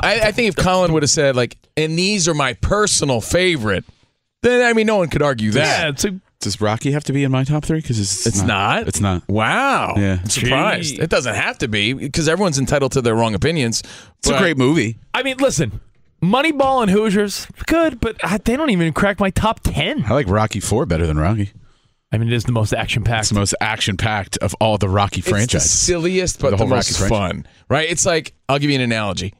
Speaker 3: I, I think if Colin would have said like, "And these are my personal favorite," then I mean, no one could argue that.
Speaker 6: Does Rocky have to be in my top three? Because it's,
Speaker 3: It's not.
Speaker 6: It's not.
Speaker 3: Wow.
Speaker 6: Yeah.
Speaker 3: I'm surprised. It doesn't have to be because everyone's entitled to their wrong opinions.
Speaker 6: It's a great movie.
Speaker 4: I mean, listen, Moneyball and Hoosiers, good, but uh, they don't even crack my top 10.
Speaker 6: I like Rocky Four better than Rocky.
Speaker 4: I mean, it is the most action packed. It's
Speaker 6: the most action packed of all the Rocky
Speaker 3: It's the
Speaker 6: franchise.
Speaker 3: silliest, but the,
Speaker 6: whole
Speaker 3: most
Speaker 6: Rocky franchise.
Speaker 3: fun. Right? It's like I'll give you an analogy.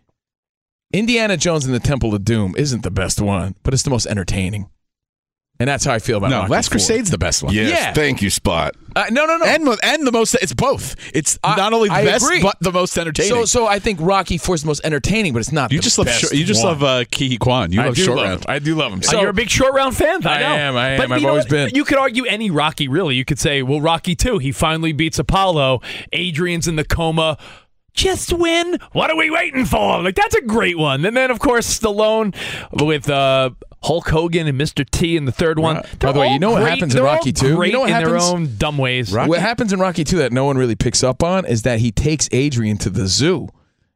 Speaker 3: Indiana Jones and the Temple of Doom isn't the best one, but it's the most entertaining. And that's how I feel about
Speaker 6: No,
Speaker 3: Rocky
Speaker 6: Last
Speaker 3: IV.
Speaker 6: Crusade's the best one.
Speaker 3: Yes, Yeah. thank
Speaker 6: you, Spot.
Speaker 3: Uh, no, no, no.
Speaker 6: And mo- and the most. It's both. It's not only the
Speaker 3: I
Speaker 6: best,
Speaker 3: agree.
Speaker 6: but the most entertaining.
Speaker 3: So, so I think Rocky Four is the most entertaining, but it's not.
Speaker 6: you
Speaker 3: the
Speaker 6: just love.
Speaker 3: best
Speaker 6: short- you just
Speaker 3: one.
Speaker 6: love um, uh, Kihi Kwan. You
Speaker 3: I
Speaker 6: love
Speaker 3: do
Speaker 6: short
Speaker 3: love
Speaker 6: round.
Speaker 3: him. I do love him.
Speaker 4: So, you're a big short round fan. I,
Speaker 3: I
Speaker 4: know.
Speaker 3: am, I
Speaker 4: But
Speaker 3: am. I've
Speaker 4: you know
Speaker 3: always
Speaker 4: what?
Speaker 3: been.
Speaker 4: You could argue any Rocky, really. You could say, well, Rocky two, he finally beats Apollo. Adrian's in the coma. Just win. What are we waiting for? Like that's a great one. And then of course Stallone with uh, Hulk Hogan and Mr. T in the third one.
Speaker 3: By the way, you know what happens in Rocky Two?
Speaker 4: Great
Speaker 3: You know what
Speaker 4: in their
Speaker 3: happens?
Speaker 4: own dumb ways.
Speaker 3: What happens in Rocky 2 that no one really picks up on is that he takes Adrian to the zoo.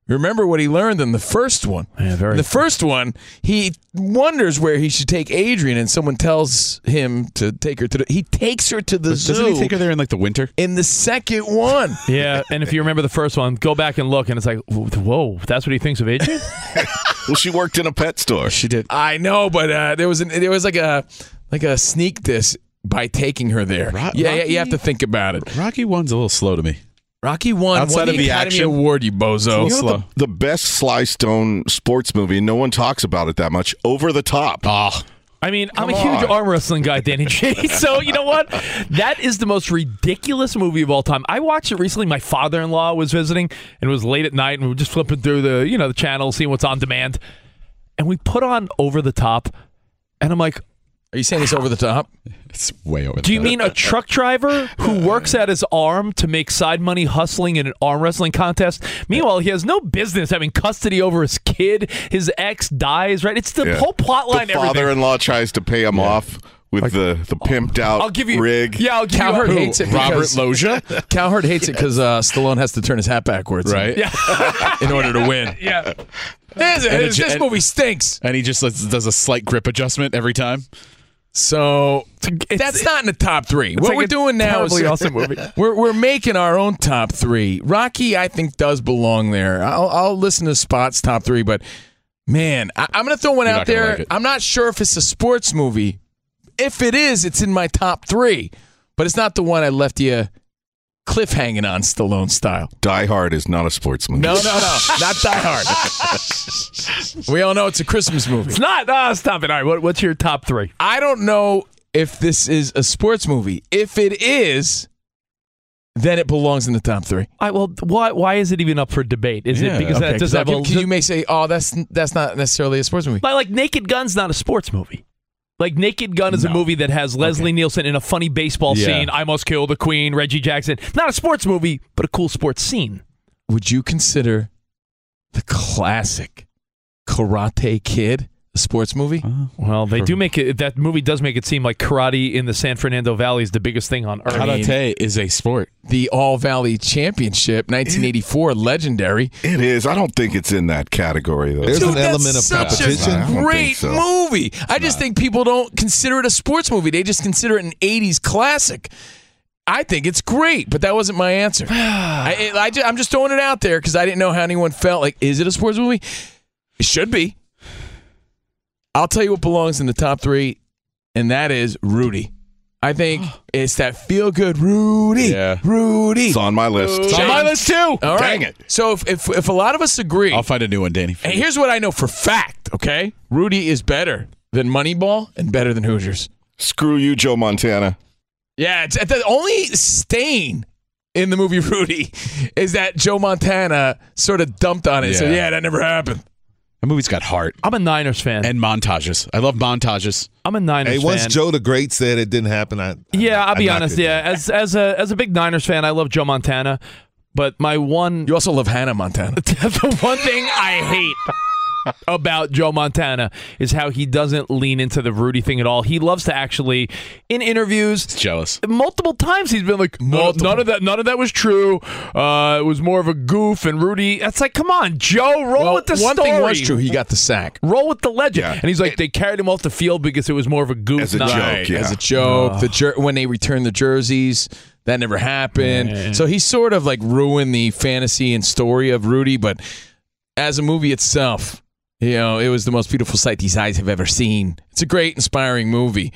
Speaker 3: Remember what he learned in the first one. in the first one, he wonders where he should take Adrian, and someone tells him to take her to the. He takes her to the zoo.
Speaker 6: Doesn't he take her there in like the winter?
Speaker 3: In the second one.
Speaker 4: Yeah, and if you remember the first one, go back and look, and it's like, whoa, that's what he thinks of Adrian.
Speaker 10: well, she worked in a pet store.
Speaker 6: She did.
Speaker 3: I know, but uh, there was an, there was like a like a sneak diss by taking her there. yeah, yeah, you have to think about it.
Speaker 6: Rocky one's a little slow to me.
Speaker 3: Rocky one
Speaker 6: Outside
Speaker 3: won
Speaker 6: of the
Speaker 3: Academy
Speaker 6: action.
Speaker 3: Award, you bozo.
Speaker 10: You know the, the best Sly Stone sports movie, and no one talks about it that much. Over the top.
Speaker 6: Ah.
Speaker 4: I mean, I'm a
Speaker 10: Come
Speaker 4: huge
Speaker 10: on.
Speaker 4: arm wrestling guy, Danny J. So you know what? That is the most ridiculous movie of all time. I watched it recently. My father-in-law was visiting, and it was late at night, and we were just flipping through the you know the channel, seeing what's on demand, and we put on Over the Top, and I'm like,
Speaker 3: Are you saying it's over the top?
Speaker 6: It's way over.
Speaker 4: Do you mean a truck driver who works at his arm to make side money hustling in an arm wrestling contest? Meanwhile, he has no business having custody over his kid. His ex dies, right? It's the
Speaker 10: Yeah.
Speaker 4: whole plot line.
Speaker 10: The
Speaker 4: everything.
Speaker 10: father-in-law tries to pay him off with the the pimped out
Speaker 4: I'll give you-
Speaker 10: rig.
Speaker 4: yeah, I'll give you a-
Speaker 3: Cowherd
Speaker 4: Who?
Speaker 3: hates it.
Speaker 4: Robert
Speaker 3: because-
Speaker 4: Loggia?
Speaker 3: Cowherd hates it because uh, Stallone has to turn his hat backwards,
Speaker 6: Right.
Speaker 3: in order to win.
Speaker 4: Yeah.
Speaker 3: This, uh,
Speaker 6: And a
Speaker 3: this
Speaker 6: gi- and-
Speaker 3: movie stinks.
Speaker 6: And he just lets- does a slight grip adjustment every time.
Speaker 3: So that's not in the top three.
Speaker 6: it's
Speaker 3: What
Speaker 6: like
Speaker 3: we're
Speaker 6: a
Speaker 3: doing now is
Speaker 6: terribly awesome movie.
Speaker 3: We're we're making our own top three. Rocky, I think, does belong there. I'll, I'll listen to Spot's top three, but man, I, I'm gonna throw one
Speaker 6: You're
Speaker 3: out
Speaker 6: not gonna
Speaker 3: there.
Speaker 6: like it.
Speaker 3: I'm not sure if it's a sports movie. If it is, it's in my top three, but it's not the one I left you cliffhanging on Stallone style.
Speaker 10: Die Hard is not a sports movie.
Speaker 3: No, no, no, not Die Hard. We all know it's a Christmas movie.
Speaker 4: It's not. Ah, stop it. All right. What, what's your top three?
Speaker 3: I don't know if this is a sports movie. If it is, then it belongs in the top three.
Speaker 4: I, well, why why is it even up for debate? Is
Speaker 3: Yeah,
Speaker 4: it because
Speaker 3: okay,
Speaker 4: that does
Speaker 3: 'cause
Speaker 4: that have
Speaker 3: I
Speaker 4: a
Speaker 3: can- you may say, oh, that's that's not necessarily a sports movie.
Speaker 4: Like, like Naked Gun's not a sports movie. Like Naked Gun is a movie that has Leslie Nielsen in a funny baseball
Speaker 3: Yeah.
Speaker 4: scene. I must kill the queen. Reggie Jackson. Not a sports movie, but a cool sports scene.
Speaker 3: Would you consider the classic Karate Kid a sports movie?
Speaker 4: Uh, Well, they
Speaker 3: Mm-hmm.
Speaker 4: do make it. That movie does make it seem like karate in the San Fernando Valley is the biggest thing on earth.
Speaker 3: Karate
Speaker 6: is a sport.
Speaker 3: The All Valley Championship, 1984, legendary.
Speaker 10: It is. I don't think it's in that category though.
Speaker 3: Dude, that's such
Speaker 10: I don't
Speaker 3: A
Speaker 10: think
Speaker 3: great
Speaker 10: so.
Speaker 3: movie. I just think people don't consider it a sports movie. They just consider it an '80s classic. I think it's great, but that wasn't my answer. I, I, ju- I'm just throwing it out there because I didn't know how anyone felt. Like, is it a sports movie? It should be. I'll tell you what belongs in the top three, and that is Rudy. I think it's that feel good Rudy. Rudy.
Speaker 10: It's on my list.
Speaker 6: It's on my list too. All
Speaker 3: All right. So if, if if a lot of us agree,
Speaker 6: I'll find a new one, Danny.
Speaker 3: Hey, here's what I know for fact, okay? Rudy is better than Moneyball and better than Hoosiers.
Speaker 10: Screw you, Joe Montana.
Speaker 3: Yeah, it's, the only stain in the movie Rudy is that Joe Montana sort of dumped on it. So, yeah, that never happened.
Speaker 6: That movie's got heart.
Speaker 4: I'm a Niners fan.
Speaker 6: And montages. I love montages.
Speaker 4: I'm a Niners
Speaker 8: Hey, once
Speaker 4: fan.
Speaker 8: Joe the Great said it didn't happen, I
Speaker 4: Yeah, I'll be
Speaker 8: I knocked
Speaker 4: honest.
Speaker 8: it.
Speaker 4: Yeah, as as a as a big Niners fan, I love Joe Montana, but my one
Speaker 3: you also love Hannah Montana.
Speaker 4: the one thing I hate about Joe Montana is how he doesn't lean into the Rudy thing at all. He loves to actually in interviews.
Speaker 6: jealous.
Speaker 4: Multiple times he's been like, "No, none of that, none of that was true. Uh, it was more of a goof. And Rudy, that's like, come on, Joe, roll
Speaker 3: Well,
Speaker 4: with the
Speaker 3: one
Speaker 4: story.
Speaker 3: thing was true. He got the sack.
Speaker 4: roll with the legend.
Speaker 3: Yeah.
Speaker 4: And he's like, they carried him off the field because it was more of a goof
Speaker 3: As a
Speaker 4: not-
Speaker 3: joke, Oh. As a joke. The jer- when they returned the jerseys, that never happened. So he sort of like ruined the fantasy and story of Rudy, but as a movie itself, you know, it was the most beautiful sight these eyes have ever seen. It's a great, inspiring movie.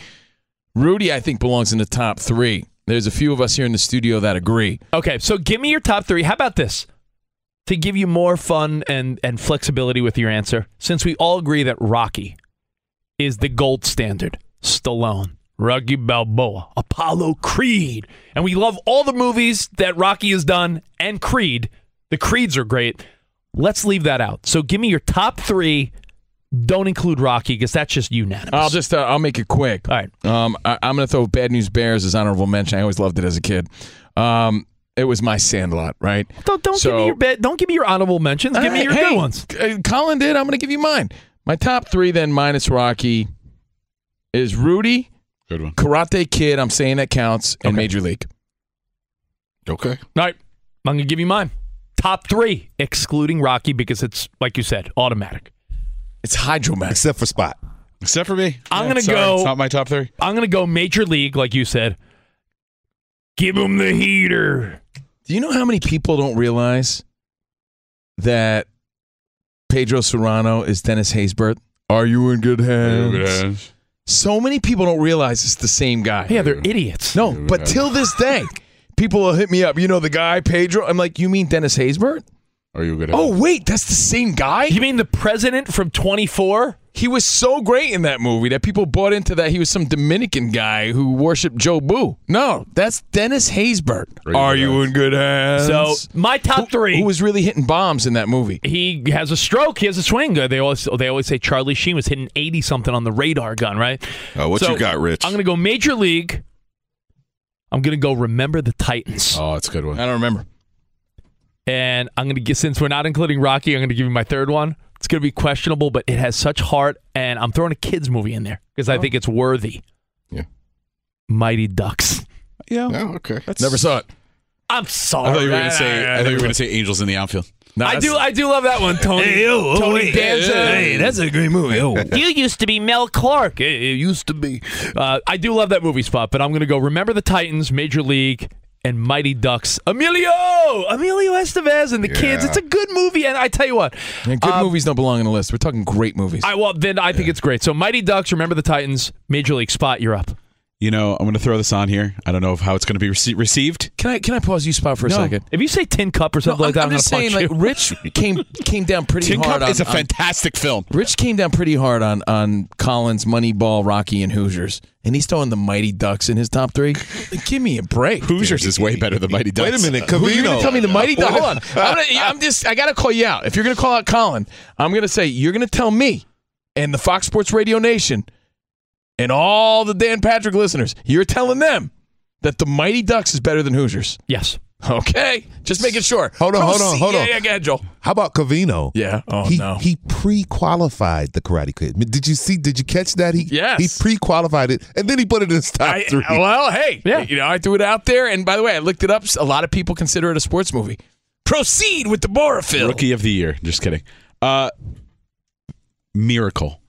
Speaker 3: Rudy, I think, belongs in the top three. There's a few of us here in the studio that agree.
Speaker 4: Okay, so give me your top three. How about this? To give you more fun and, and flexibility with your answer, since we all agree that Rocky is the gold standard, Stallone, Rocky Balboa, Apollo Creed, and we love all the movies that Rocky has done and Creed. The Creeds are great. Let's leave that out. So give me your top three. Don't include Rocky because that's just unanimous.
Speaker 3: I'll just uh, I'll make it quick. All
Speaker 4: right.
Speaker 3: Um, I, I'm gonna throw Bad News Bears as honorable mention. I always loved it as a kid. Um, it was my Sandlot, right?
Speaker 4: Don't don't give me your bed. Don't give me your honorable mentions. Give me your
Speaker 3: Hey,
Speaker 4: good ones.
Speaker 3: uh, Colin did. I'm going to give you mine. My top three, then minus Rocky, is Rudy, Good one. Karate Kid. I'm saying that counts in Major League.
Speaker 10: Okay.
Speaker 4: All right. I'm going to give you mine. Top three, excluding Rocky, because it's, like you said, automatic.
Speaker 3: It's hydromatic.
Speaker 8: Except for Spot.
Speaker 6: Except for me.
Speaker 4: I'm
Speaker 6: Yeah,
Speaker 4: going to
Speaker 6: sorry,
Speaker 4: go.
Speaker 6: it's not my top three.
Speaker 4: I'm going to go Major League, like you said. Give him the heater.
Speaker 3: Do you know how many people don't realize that Pedro Serrano is Dennis Haysbert? Are you in good hands?
Speaker 6: good hands?
Speaker 3: So many people don't realize it's the same guy.
Speaker 4: Yeah, they're idiots.
Speaker 3: No, but
Speaker 6: hands.
Speaker 3: till this day, people will hit me up. You know the guy Pedro? I'm like, you mean Dennis Haysbert?
Speaker 6: Are you good?
Speaker 3: Oh wait, that's the same guy. You
Speaker 4: mean the president from 24?
Speaker 3: He was so great in that movie that people bought into that he was some Dominican guy who worshipped Joe Boo. No, that's Dennis Haysbert. Are you in good hands?
Speaker 4: So, my top three.
Speaker 3: Who was really hitting bombs in that movie?
Speaker 4: He has a stroke. He has a swing. Uh, They always they always say Charlie Sheen was hitting eighty something on the radar gun, right?
Speaker 10: Uh, what
Speaker 4: So,
Speaker 10: you got, Rich?
Speaker 4: I'm gonna go Major League. I'm gonna go Remember the Titans.
Speaker 6: Oh, it's a good one.
Speaker 3: I don't remember.
Speaker 4: And I'm gonna get since we're not including Rocky, I'm gonna give you my third one. It's gonna be questionable, but it has such heart, and I'm throwing a kids movie in there because I
Speaker 3: Oh.
Speaker 4: think it's worthy.
Speaker 10: Yeah.
Speaker 4: Mighty Ducks.
Speaker 6: Yeah.
Speaker 10: okay.
Speaker 3: Never saw it.
Speaker 4: I'm sorry.
Speaker 6: I thought you were going
Speaker 4: Nah,
Speaker 6: to say.
Speaker 4: nah,
Speaker 6: I thought you were
Speaker 4: nah,
Speaker 6: going to say Angels in the Outfield.
Speaker 4: I do. I do love that one, Tony.
Speaker 6: Hey, yo, oh,
Speaker 4: Tony
Speaker 6: hey,
Speaker 4: Danza.
Speaker 6: hey, that's a great movie, oh.
Speaker 4: you used to be Mel Clark. It, it used to be. Uh, I do love that movie spot, but I'm going to go. Remember the Titans, Major League, and Mighty Ducks. Emilio, Oh, Emilio Estevez, and the kids. It's a good movie, and I tell you what. um,
Speaker 3: good movies don't belong on the list. We're talking great movies.
Speaker 4: I well then I think it's great. So Mighty Ducks, Remember the Titans, Major League spot. You're up.
Speaker 6: You know, I'm going to throw this on here. I don't know if- how it's going to be rece- received.
Speaker 3: Can I can I pause you spot for a
Speaker 6: No.
Speaker 3: second?
Speaker 4: If you say Tin Cup or something like that,
Speaker 3: I'm,
Speaker 4: I'm,
Speaker 3: just
Speaker 4: gonna
Speaker 3: saying, like
Speaker 4: punch you.
Speaker 3: Rich came came down pretty
Speaker 6: Tin
Speaker 3: hard.
Speaker 6: Cup
Speaker 3: on,
Speaker 6: is a
Speaker 3: on-
Speaker 6: fantastic film.
Speaker 3: Rich came down pretty hard on on Collins, Moneyball, Rocky, and Hoosiers, and he's throwing the Mighty Ducks in his top three. Like, give me a break.
Speaker 6: Hoosiers is way better than Mighty Ducks.
Speaker 3: Wait a minute, You're gonna tell me the Mighty Ducks? Hold on. I'm, gonna, I'm just. I gotta call you out. If you're gonna call out Colin, I'm gonna say you're gonna tell me and the Fox Sports Radio Nation and all the Dan Patrick listeners. You're telling them that the Mighty Ducks is better than Hoosiers.
Speaker 4: Yes.
Speaker 3: Okay. Just making sure.
Speaker 8: Hold on, hold on,
Speaker 3: Proceed.
Speaker 8: hold on.
Speaker 3: Yeah, yeah, go ahead, Joel.
Speaker 8: How about Cavino?
Speaker 3: Yeah. Oh,
Speaker 8: he,
Speaker 3: no.
Speaker 8: He pre-qualified the Karate Kid. I mean, Did you see? Did you catch that? He
Speaker 3: Yes.
Speaker 8: He pre-qualified it, and then he put it in his top
Speaker 3: I-
Speaker 8: three.
Speaker 3: well, hey, you know, I threw it out there, and by the way, I looked it up. A lot of people consider it a sports movie. Proceed with the Borophil.
Speaker 6: Rookie of the year. Just kidding. Uh, Miracle.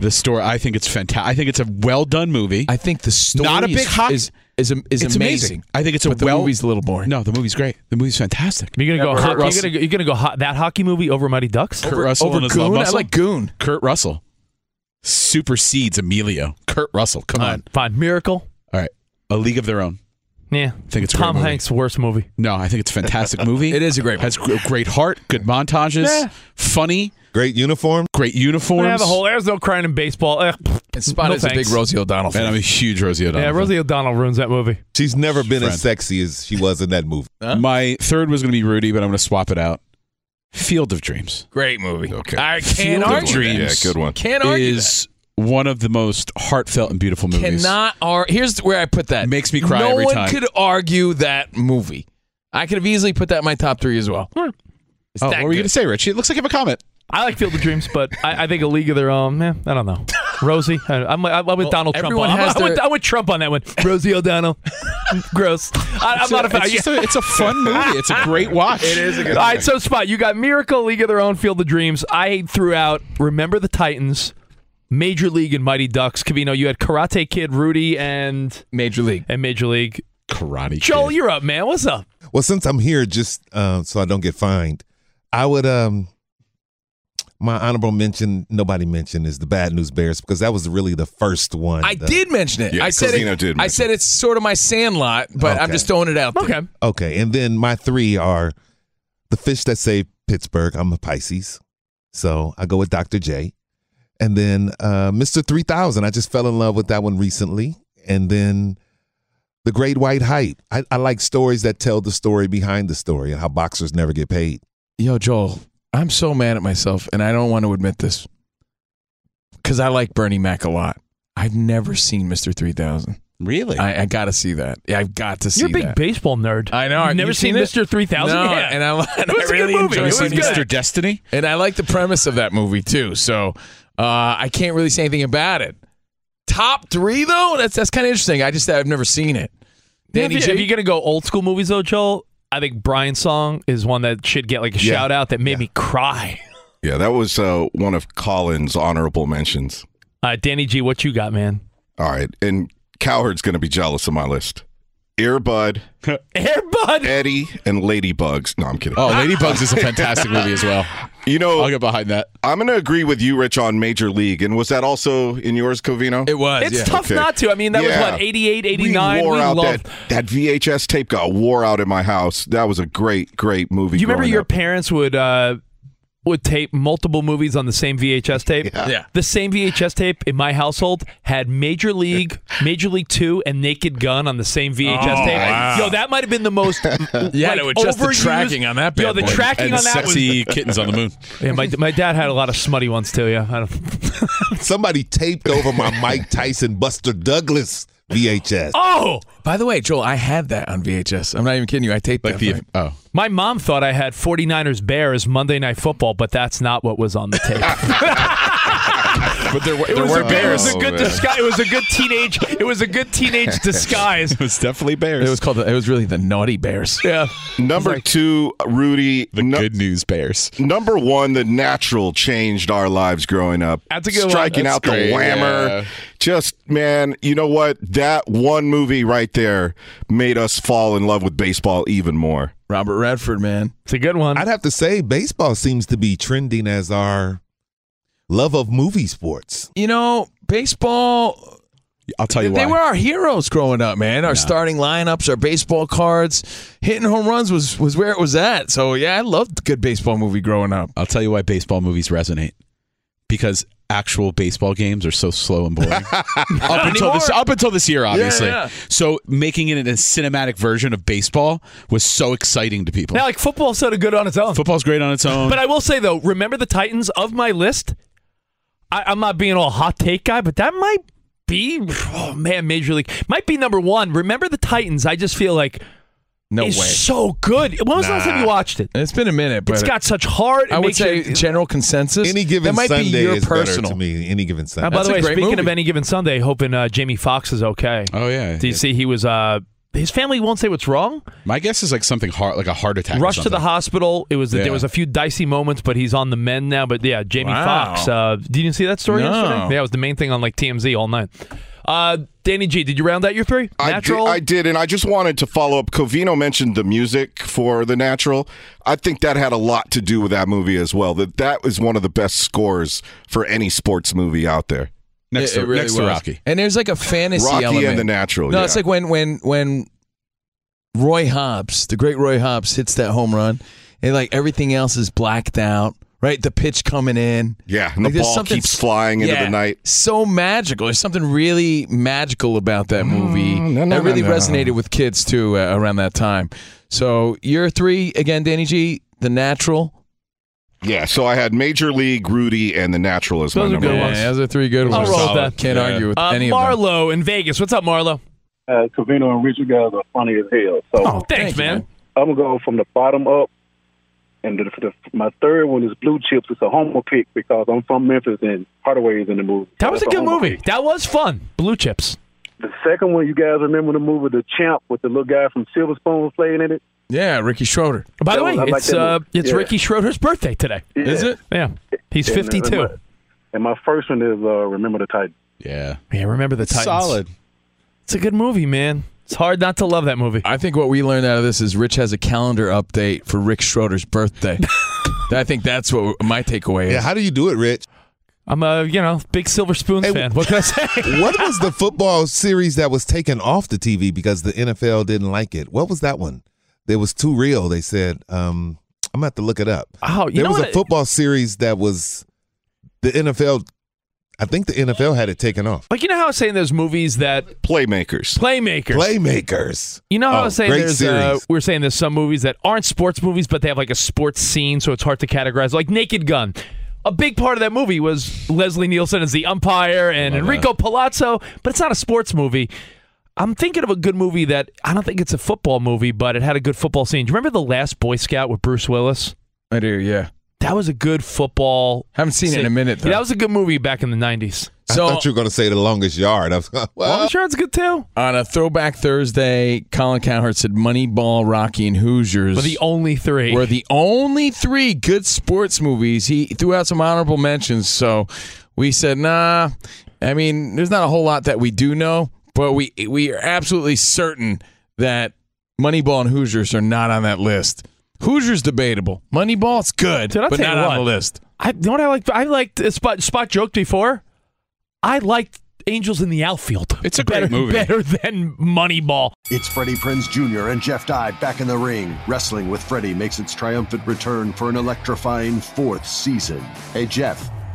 Speaker 6: The story. I think it's fantastic. I think it's a well done movie.
Speaker 3: I think the story
Speaker 6: not a
Speaker 3: is-
Speaker 6: big hockey.
Speaker 3: is- is am- is
Speaker 6: it's
Speaker 3: amazing.
Speaker 6: I think it's a
Speaker 3: But the
Speaker 6: well.
Speaker 3: movie's a little boring.
Speaker 6: No, the movie's great. The movie's fantastic.
Speaker 4: You're gonna go.
Speaker 6: Kurt
Speaker 4: Hot, you're
Speaker 6: Russell.
Speaker 4: gonna, go- you're gonna go hot, that hockey movie over Mighty Ducks.
Speaker 6: Kurt Russell
Speaker 3: over
Speaker 6: and his love
Speaker 3: Goon? I
Speaker 6: muscle?
Speaker 3: like Goon.
Speaker 6: Kurt Russell supersedes Emilio. Kurt Russell. Come on.
Speaker 4: Fine. Miracle.
Speaker 6: All right. A League of Their Own.
Speaker 4: Yeah.
Speaker 6: I think it's a
Speaker 4: Tom
Speaker 6: great movie.
Speaker 4: Hanks' worst movie.
Speaker 6: No, I think it's a fantastic movie.
Speaker 3: It is a great
Speaker 6: Has gr- great heart, good montages,
Speaker 4: Yeah.
Speaker 6: funny,
Speaker 8: Great uniform.
Speaker 6: great
Speaker 4: They
Speaker 6: uniforms.
Speaker 4: have a whole. There's no crying in baseball. Eh,
Speaker 3: And Spot
Speaker 4: no
Speaker 3: is a big
Speaker 4: thanks.
Speaker 3: Rosie O'Donnell fan.
Speaker 6: and I'm a huge Rosie O'Donnell.
Speaker 4: Yeah, Rosie O'Donnell ruins that movie.
Speaker 8: She's never been
Speaker 6: Friend.
Speaker 8: as sexy as she was in that movie.
Speaker 6: fan. My third was going to be Rudy, but I'm going to swap it out. Field of Dreams.
Speaker 3: Great movie.
Speaker 10: Okay.
Speaker 3: I
Speaker 6: Field
Speaker 3: can't
Speaker 6: of
Speaker 3: argue. that.
Speaker 6: Dreams.
Speaker 10: Yeah, good one.
Speaker 3: Can't argue.
Speaker 6: Is one of the most heartfelt and beautiful
Speaker 3: that.
Speaker 6: movies.
Speaker 3: Cannot argue. Here's where I put that.
Speaker 6: Makes me cry
Speaker 3: no
Speaker 6: every
Speaker 3: one
Speaker 6: time.
Speaker 3: could argue that movie. I could have easily put that in my top three as well.
Speaker 6: oh,
Speaker 3: that
Speaker 6: what were you
Speaker 3: good.
Speaker 6: going to say, Rich? It looks like you have a comment.
Speaker 4: I like Field of Dreams, but I, I think a league of their own. Man, I don't know. Rosie, I, I'm, I'm with Donald Trump.
Speaker 3: everyone
Speaker 4: On. I'm,
Speaker 3: has
Speaker 4: I'm, with,
Speaker 3: their-
Speaker 4: I'm with Trump on that one. Rosie O'Donnell, gross. I, I'm not a fan.
Speaker 6: It's, just a, it's a fun movie. It's a great watch. It is a
Speaker 4: All right, so spot you got Miracle, League of Their Own, Field of Dreams. I threw out Remember the Titans, Major League, and Mighty Ducks. Cavino, you had Karate Kid, Rudy, and
Speaker 3: Major League.
Speaker 4: and Major League.
Speaker 6: Karate
Speaker 4: Joel, you're up, man. What's up?
Speaker 8: Well, since I'm here, just uh, so I don't get fined, I would um my honorable mention nobody mentioned is the Bad News Bears because that was really the first one.
Speaker 3: I
Speaker 8: The-
Speaker 3: did mention it.
Speaker 10: Yeah,
Speaker 3: I said
Speaker 10: Cosino
Speaker 3: it.
Speaker 10: did
Speaker 3: I
Speaker 10: mention
Speaker 3: said it's sort of my Sandlot, but I'm
Speaker 8: Okay.
Speaker 3: just throwing it out. There.
Speaker 4: Okay,
Speaker 8: Okay, and then my three are the fish that saved Pittsburgh. I'm a Pisces, so I go with Dr. J, and then uh, Mr. Three Thousand. I just fell in love with that one recently, and then the Great White Hype. I, I like stories that tell the story behind the story and how boxers never get paid.
Speaker 3: Yo, Joel, I'm so mad at myself, and I don't want to admit this because I like Bernie Mac a lot. I've never seen Mr. 3000.
Speaker 6: Really?
Speaker 3: I, I got to see that. Yeah, I've got to see
Speaker 4: you're a big
Speaker 3: that.
Speaker 4: baseball nerd.
Speaker 3: I know.
Speaker 4: You've
Speaker 3: I've
Speaker 4: never seen Mr. 3000?
Speaker 3: No,
Speaker 4: Yeah.
Speaker 3: and I, and
Speaker 4: It was
Speaker 3: I
Speaker 4: a good
Speaker 3: really
Speaker 4: movie.
Speaker 3: enjoyed
Speaker 4: It was
Speaker 3: seeing
Speaker 4: good.
Speaker 3: Mr.
Speaker 6: Mr. Destiny.
Speaker 3: And I like the premise of that movie too. So uh, I can't really say anything about it. top three though. That's that's kind of interesting. I just I've never seen it. Danny
Speaker 4: if,
Speaker 3: G?
Speaker 4: you, are gonna go old school movies though, Joel, I think Brian's song is one that should get like a
Speaker 10: Yeah.
Speaker 4: shout out that made me cry.
Speaker 10: Yeah, that was uh, one of Colin's honorable mentions.
Speaker 4: Uh, Danny G, what you got, man?
Speaker 10: All right, and Cowherd's going to be jealous of my list. Earbud,
Speaker 4: Airbud,
Speaker 10: Eddie, and Ladybugs. No, I'm kidding.
Speaker 6: Oh, Ladybugs is a fantastic movie as well.
Speaker 10: You know,
Speaker 6: I'll get behind that.
Speaker 10: I'm going to agree with you, Rich, on Major League. And was that also in yours, Covino? It
Speaker 3: was.
Speaker 4: It's tough not to. I mean, that was, what, 88, 89?
Speaker 10: We wore
Speaker 4: We
Speaker 10: out
Speaker 4: loved-
Speaker 10: that, that VHS tape got wore out in my house. That was a great, great movie.
Speaker 4: Do you remember
Speaker 10: growing
Speaker 4: your
Speaker 10: up.
Speaker 4: parents would uh, would tape multiple movies on the same VHS tape?
Speaker 10: Yeah. Yeah.
Speaker 4: The same VHS tape in my household had Major League, Major League Two, and Naked Gun on the same VHS
Speaker 3: Oh,
Speaker 4: tape.
Speaker 3: wow.
Speaker 4: Yo, that might have been the most
Speaker 3: You had
Speaker 4: like,
Speaker 3: to adjust the
Speaker 4: overused-
Speaker 3: tracking on that
Speaker 4: Yo,
Speaker 3: bad
Speaker 4: the
Speaker 3: boy.
Speaker 4: tracking
Speaker 3: And
Speaker 4: on that
Speaker 3: sexy
Speaker 4: was-
Speaker 3: kittens on the moon.
Speaker 4: Yeah, my, my dad had a lot of smutty ones too. Yeah, I don't,
Speaker 8: Somebody taped over my Mike Tyson Buster Douglas VHS.
Speaker 4: Oh!
Speaker 3: By the way, Joel, I had that on VHS. I'm not even kidding you. I taped like that. The,
Speaker 6: oh.
Speaker 4: My mom thought I had 49ers Bears Monday Night Football, but that's not what was on the tape.
Speaker 6: But there, were-
Speaker 4: It
Speaker 6: there
Speaker 4: was,
Speaker 6: were
Speaker 4: a, good-
Speaker 6: bears.
Speaker 4: it was a
Speaker 3: Oh,
Speaker 4: good disguise. It was a good teenage. It was a good teenage disguise. it
Speaker 6: was definitely bears.
Speaker 3: It was called. The, it was really the naughty bears.
Speaker 4: Yeah.
Speaker 10: Number two, Rudy. The
Speaker 6: good news bears.
Speaker 10: Number one, The Natural changed our lives growing up.
Speaker 4: That's a good one.
Speaker 10: Striking
Speaker 4: That's
Speaker 10: out
Speaker 4: great,
Speaker 10: the whammer.
Speaker 4: yeah.
Speaker 10: Just, man, you know what? That one movie right there made us fall in love with baseball even more.
Speaker 3: Robert Redford, man.
Speaker 4: It's a good one.
Speaker 8: I'd have to say baseball seems to be trending as our love of movie sports.
Speaker 3: You know, baseball.
Speaker 6: I'll tell you
Speaker 3: they
Speaker 6: why.
Speaker 3: were our heroes growing up, man. Our starting lineups, our baseball cards, hitting home runs was was where it was at. So yeah, I loved good baseball movie growing up.
Speaker 6: I'll tell you why baseball movies resonate because actual baseball games are so slow and boring. up until this, up until this year, obviously.
Speaker 4: yeah.
Speaker 6: So making it a cinematic version of baseball was so exciting to people.
Speaker 4: Now, like football's sort of good on its own.
Speaker 6: Football's great on its own.
Speaker 4: But I will say though, remember the Titans of my list. I, I'm not being all hot take guy, but that might be oh man, Major League might be number one. Remember the Titans? I just feel like
Speaker 3: No
Speaker 4: is
Speaker 3: way.
Speaker 4: so good. When was the last time you watched it?
Speaker 3: It's been a minute, but
Speaker 4: It's got such heart. It
Speaker 3: I would
Speaker 4: makes
Speaker 3: say
Speaker 4: you-
Speaker 3: general consensus.
Speaker 8: Any given
Speaker 3: that might
Speaker 8: Sunday
Speaker 3: be your
Speaker 8: is
Speaker 3: personal.
Speaker 8: better to me. Any given Sunday.
Speaker 4: Uh, by the way,
Speaker 3: That's a great
Speaker 4: speaking of
Speaker 3: movie.
Speaker 4: any given Sunday, hoping uh, Jamie Foxx is okay.
Speaker 6: Oh yeah.
Speaker 4: Do you see he was? Uh, his family won't say what's wrong.
Speaker 6: My guess is like something heart, like a heart attack. or
Speaker 4: Rushed to the
Speaker 6: something.
Speaker 4: hospital. It was
Speaker 6: Yeah.
Speaker 4: there was a few dicey moments, but he's on the mend now. But yeah, Jamie
Speaker 6: Wow.
Speaker 4: Foxx. Uh, did you see that story
Speaker 6: No.
Speaker 4: yesterday? Yeah, it was the main thing on like TMZ all night. Uh, Danny G, did you round out your three?
Speaker 10: I did,
Speaker 4: Natural.
Speaker 10: I did, and I just wanted to follow up. Covino mentioned the music for The Natural. I think that had a lot to do with that movie as well. That that was one of the best scores for any sports movie out there.
Speaker 6: Next to- next to Rocky.
Speaker 3: And there's like a fantasy
Speaker 10: Rocky and
Speaker 3: element.
Speaker 10: The Natural,
Speaker 3: No, it's
Speaker 10: yeah.
Speaker 3: like when when when Roy Hobbs, the great Roy Hobbs, hits that home run, and like everything else is blacked out. Right, the pitch coming in.
Speaker 10: Yeah, and the
Speaker 3: Like, there's
Speaker 10: ball
Speaker 3: something-
Speaker 10: keeps flying into
Speaker 3: yeah,
Speaker 10: the night.
Speaker 3: So magical. There's something really magical about that movie.
Speaker 10: Mm, no,
Speaker 3: that really
Speaker 10: no, no.
Speaker 3: resonated with kids too uh, around that time. So year three again, Danny G, The Natural.
Speaker 10: Yeah, so I had Major League, Rudy, and The Natural as my
Speaker 3: Those are
Speaker 10: number
Speaker 3: good
Speaker 10: one.
Speaker 3: ones. Yeah, those are three good
Speaker 4: I'll
Speaker 3: ones.
Speaker 4: roll with
Speaker 3: Solid.
Speaker 4: that.
Speaker 3: Can't argue with
Speaker 4: uh,
Speaker 3: any of them.
Speaker 4: Marlo in Vegas. What's up, Marlo?
Speaker 18: Uh, Covino and Richard guys are funny as hell. So
Speaker 4: Oh, thanks, man.
Speaker 18: I'm gonna go from the bottom up, and the, the, my third one is Blue Chips. It's a homer pick because I'm from Memphis and Hardaway is in the movie.
Speaker 4: That was a
Speaker 18: That's
Speaker 4: good
Speaker 18: homer
Speaker 4: movie. That was fun. Blue Chips.
Speaker 18: pick. The second one, you guys remember the movie The Champ with the little guy from Silver Spoon playing in it?
Speaker 3: Yeah, Ricky Schroeder.
Speaker 4: By the
Speaker 18: That
Speaker 4: way,
Speaker 18: one, I like
Speaker 4: it's
Speaker 18: that
Speaker 4: uh,
Speaker 18: movie.
Speaker 4: it's
Speaker 18: Yeah.
Speaker 4: Ricky Schroeder's birthday today.
Speaker 18: Yeah. Is it?
Speaker 4: Yeah, he's
Speaker 18: And, uh,
Speaker 4: 52.
Speaker 18: And my, and my first one is uh, Remember the Titan.
Speaker 6: Yeah.
Speaker 4: Yeah, remember the Titans.
Speaker 6: Solid.
Speaker 4: It's a good movie, man. It's hard not to love that movie.
Speaker 3: I think what we learned out of this is Rich has a calendar update for Rick Schroeder's birthday. I think that's what my takeaway is.
Speaker 8: Yeah, how do you do it, Rich?
Speaker 4: I'm a you know big Silver Spoons fan. What can I say?
Speaker 8: what was the football series that was taken off the TV because the NFL didn't like it? What was that one? It was too real. They said, um, I'm gonna have to look it up.
Speaker 4: Oh, you
Speaker 8: there
Speaker 4: know
Speaker 8: was
Speaker 4: what
Speaker 8: a
Speaker 4: I-
Speaker 8: football series that was the NFL. I think the NFL had it taken off.
Speaker 4: Like you know how I was saying there's movies that
Speaker 10: playmakers,
Speaker 4: playmakers,
Speaker 8: Playmakers.
Speaker 4: You know how I
Speaker 8: Oh,
Speaker 4: was saying
Speaker 8: great
Speaker 4: there's uh,
Speaker 8: series.
Speaker 4: we are saying there's some movies that aren't sports movies, but they have like a sports scene, so it's hard to categorize. Like Naked Gun. A big part of that movie was Leslie Nielsen as the umpire and Enrico Palazzo, but it's not a sports movie. I'm thinking of a good movie that I don't think it's a football movie, but it had a good football scene. Do you remember The Last Boy Scout with Bruce Willis?
Speaker 3: I do, yeah.
Speaker 4: That was a good football.
Speaker 3: Haven't seen it in a minute, though.
Speaker 4: that was a good movie back in the 90s.
Speaker 3: So-
Speaker 8: I thought you were going to say the longest yard. I was, well,
Speaker 4: Long shot's good too.
Speaker 3: On a throwback Thursday, Colin Cowherd said Moneyball, Rocky, and Hoosiers
Speaker 4: Were the only three.
Speaker 3: were the only three good sports movies. He threw out some honorable mentions, so we said, nah. I mean, there's not a whole lot that we do know, but we we are absolutely certain that Moneyball and Hoosiers are not on that list. Hoosiers debatable. Moneyball, it's good,
Speaker 4: Dude, I'll
Speaker 3: but
Speaker 4: tell you
Speaker 3: not on the
Speaker 4: what.
Speaker 3: list.
Speaker 4: I you know what I liked. I liked uh, Spot. Spot joked before. I liked Angels in the Outfield. It's a better, Better than Moneyball.
Speaker 14: It's Freddie Prinz Jr. and Jeff Dye back in the ring. Wrestling with Freddie makes its triumphant return for an electrifying fourth season. Hey, Jeff,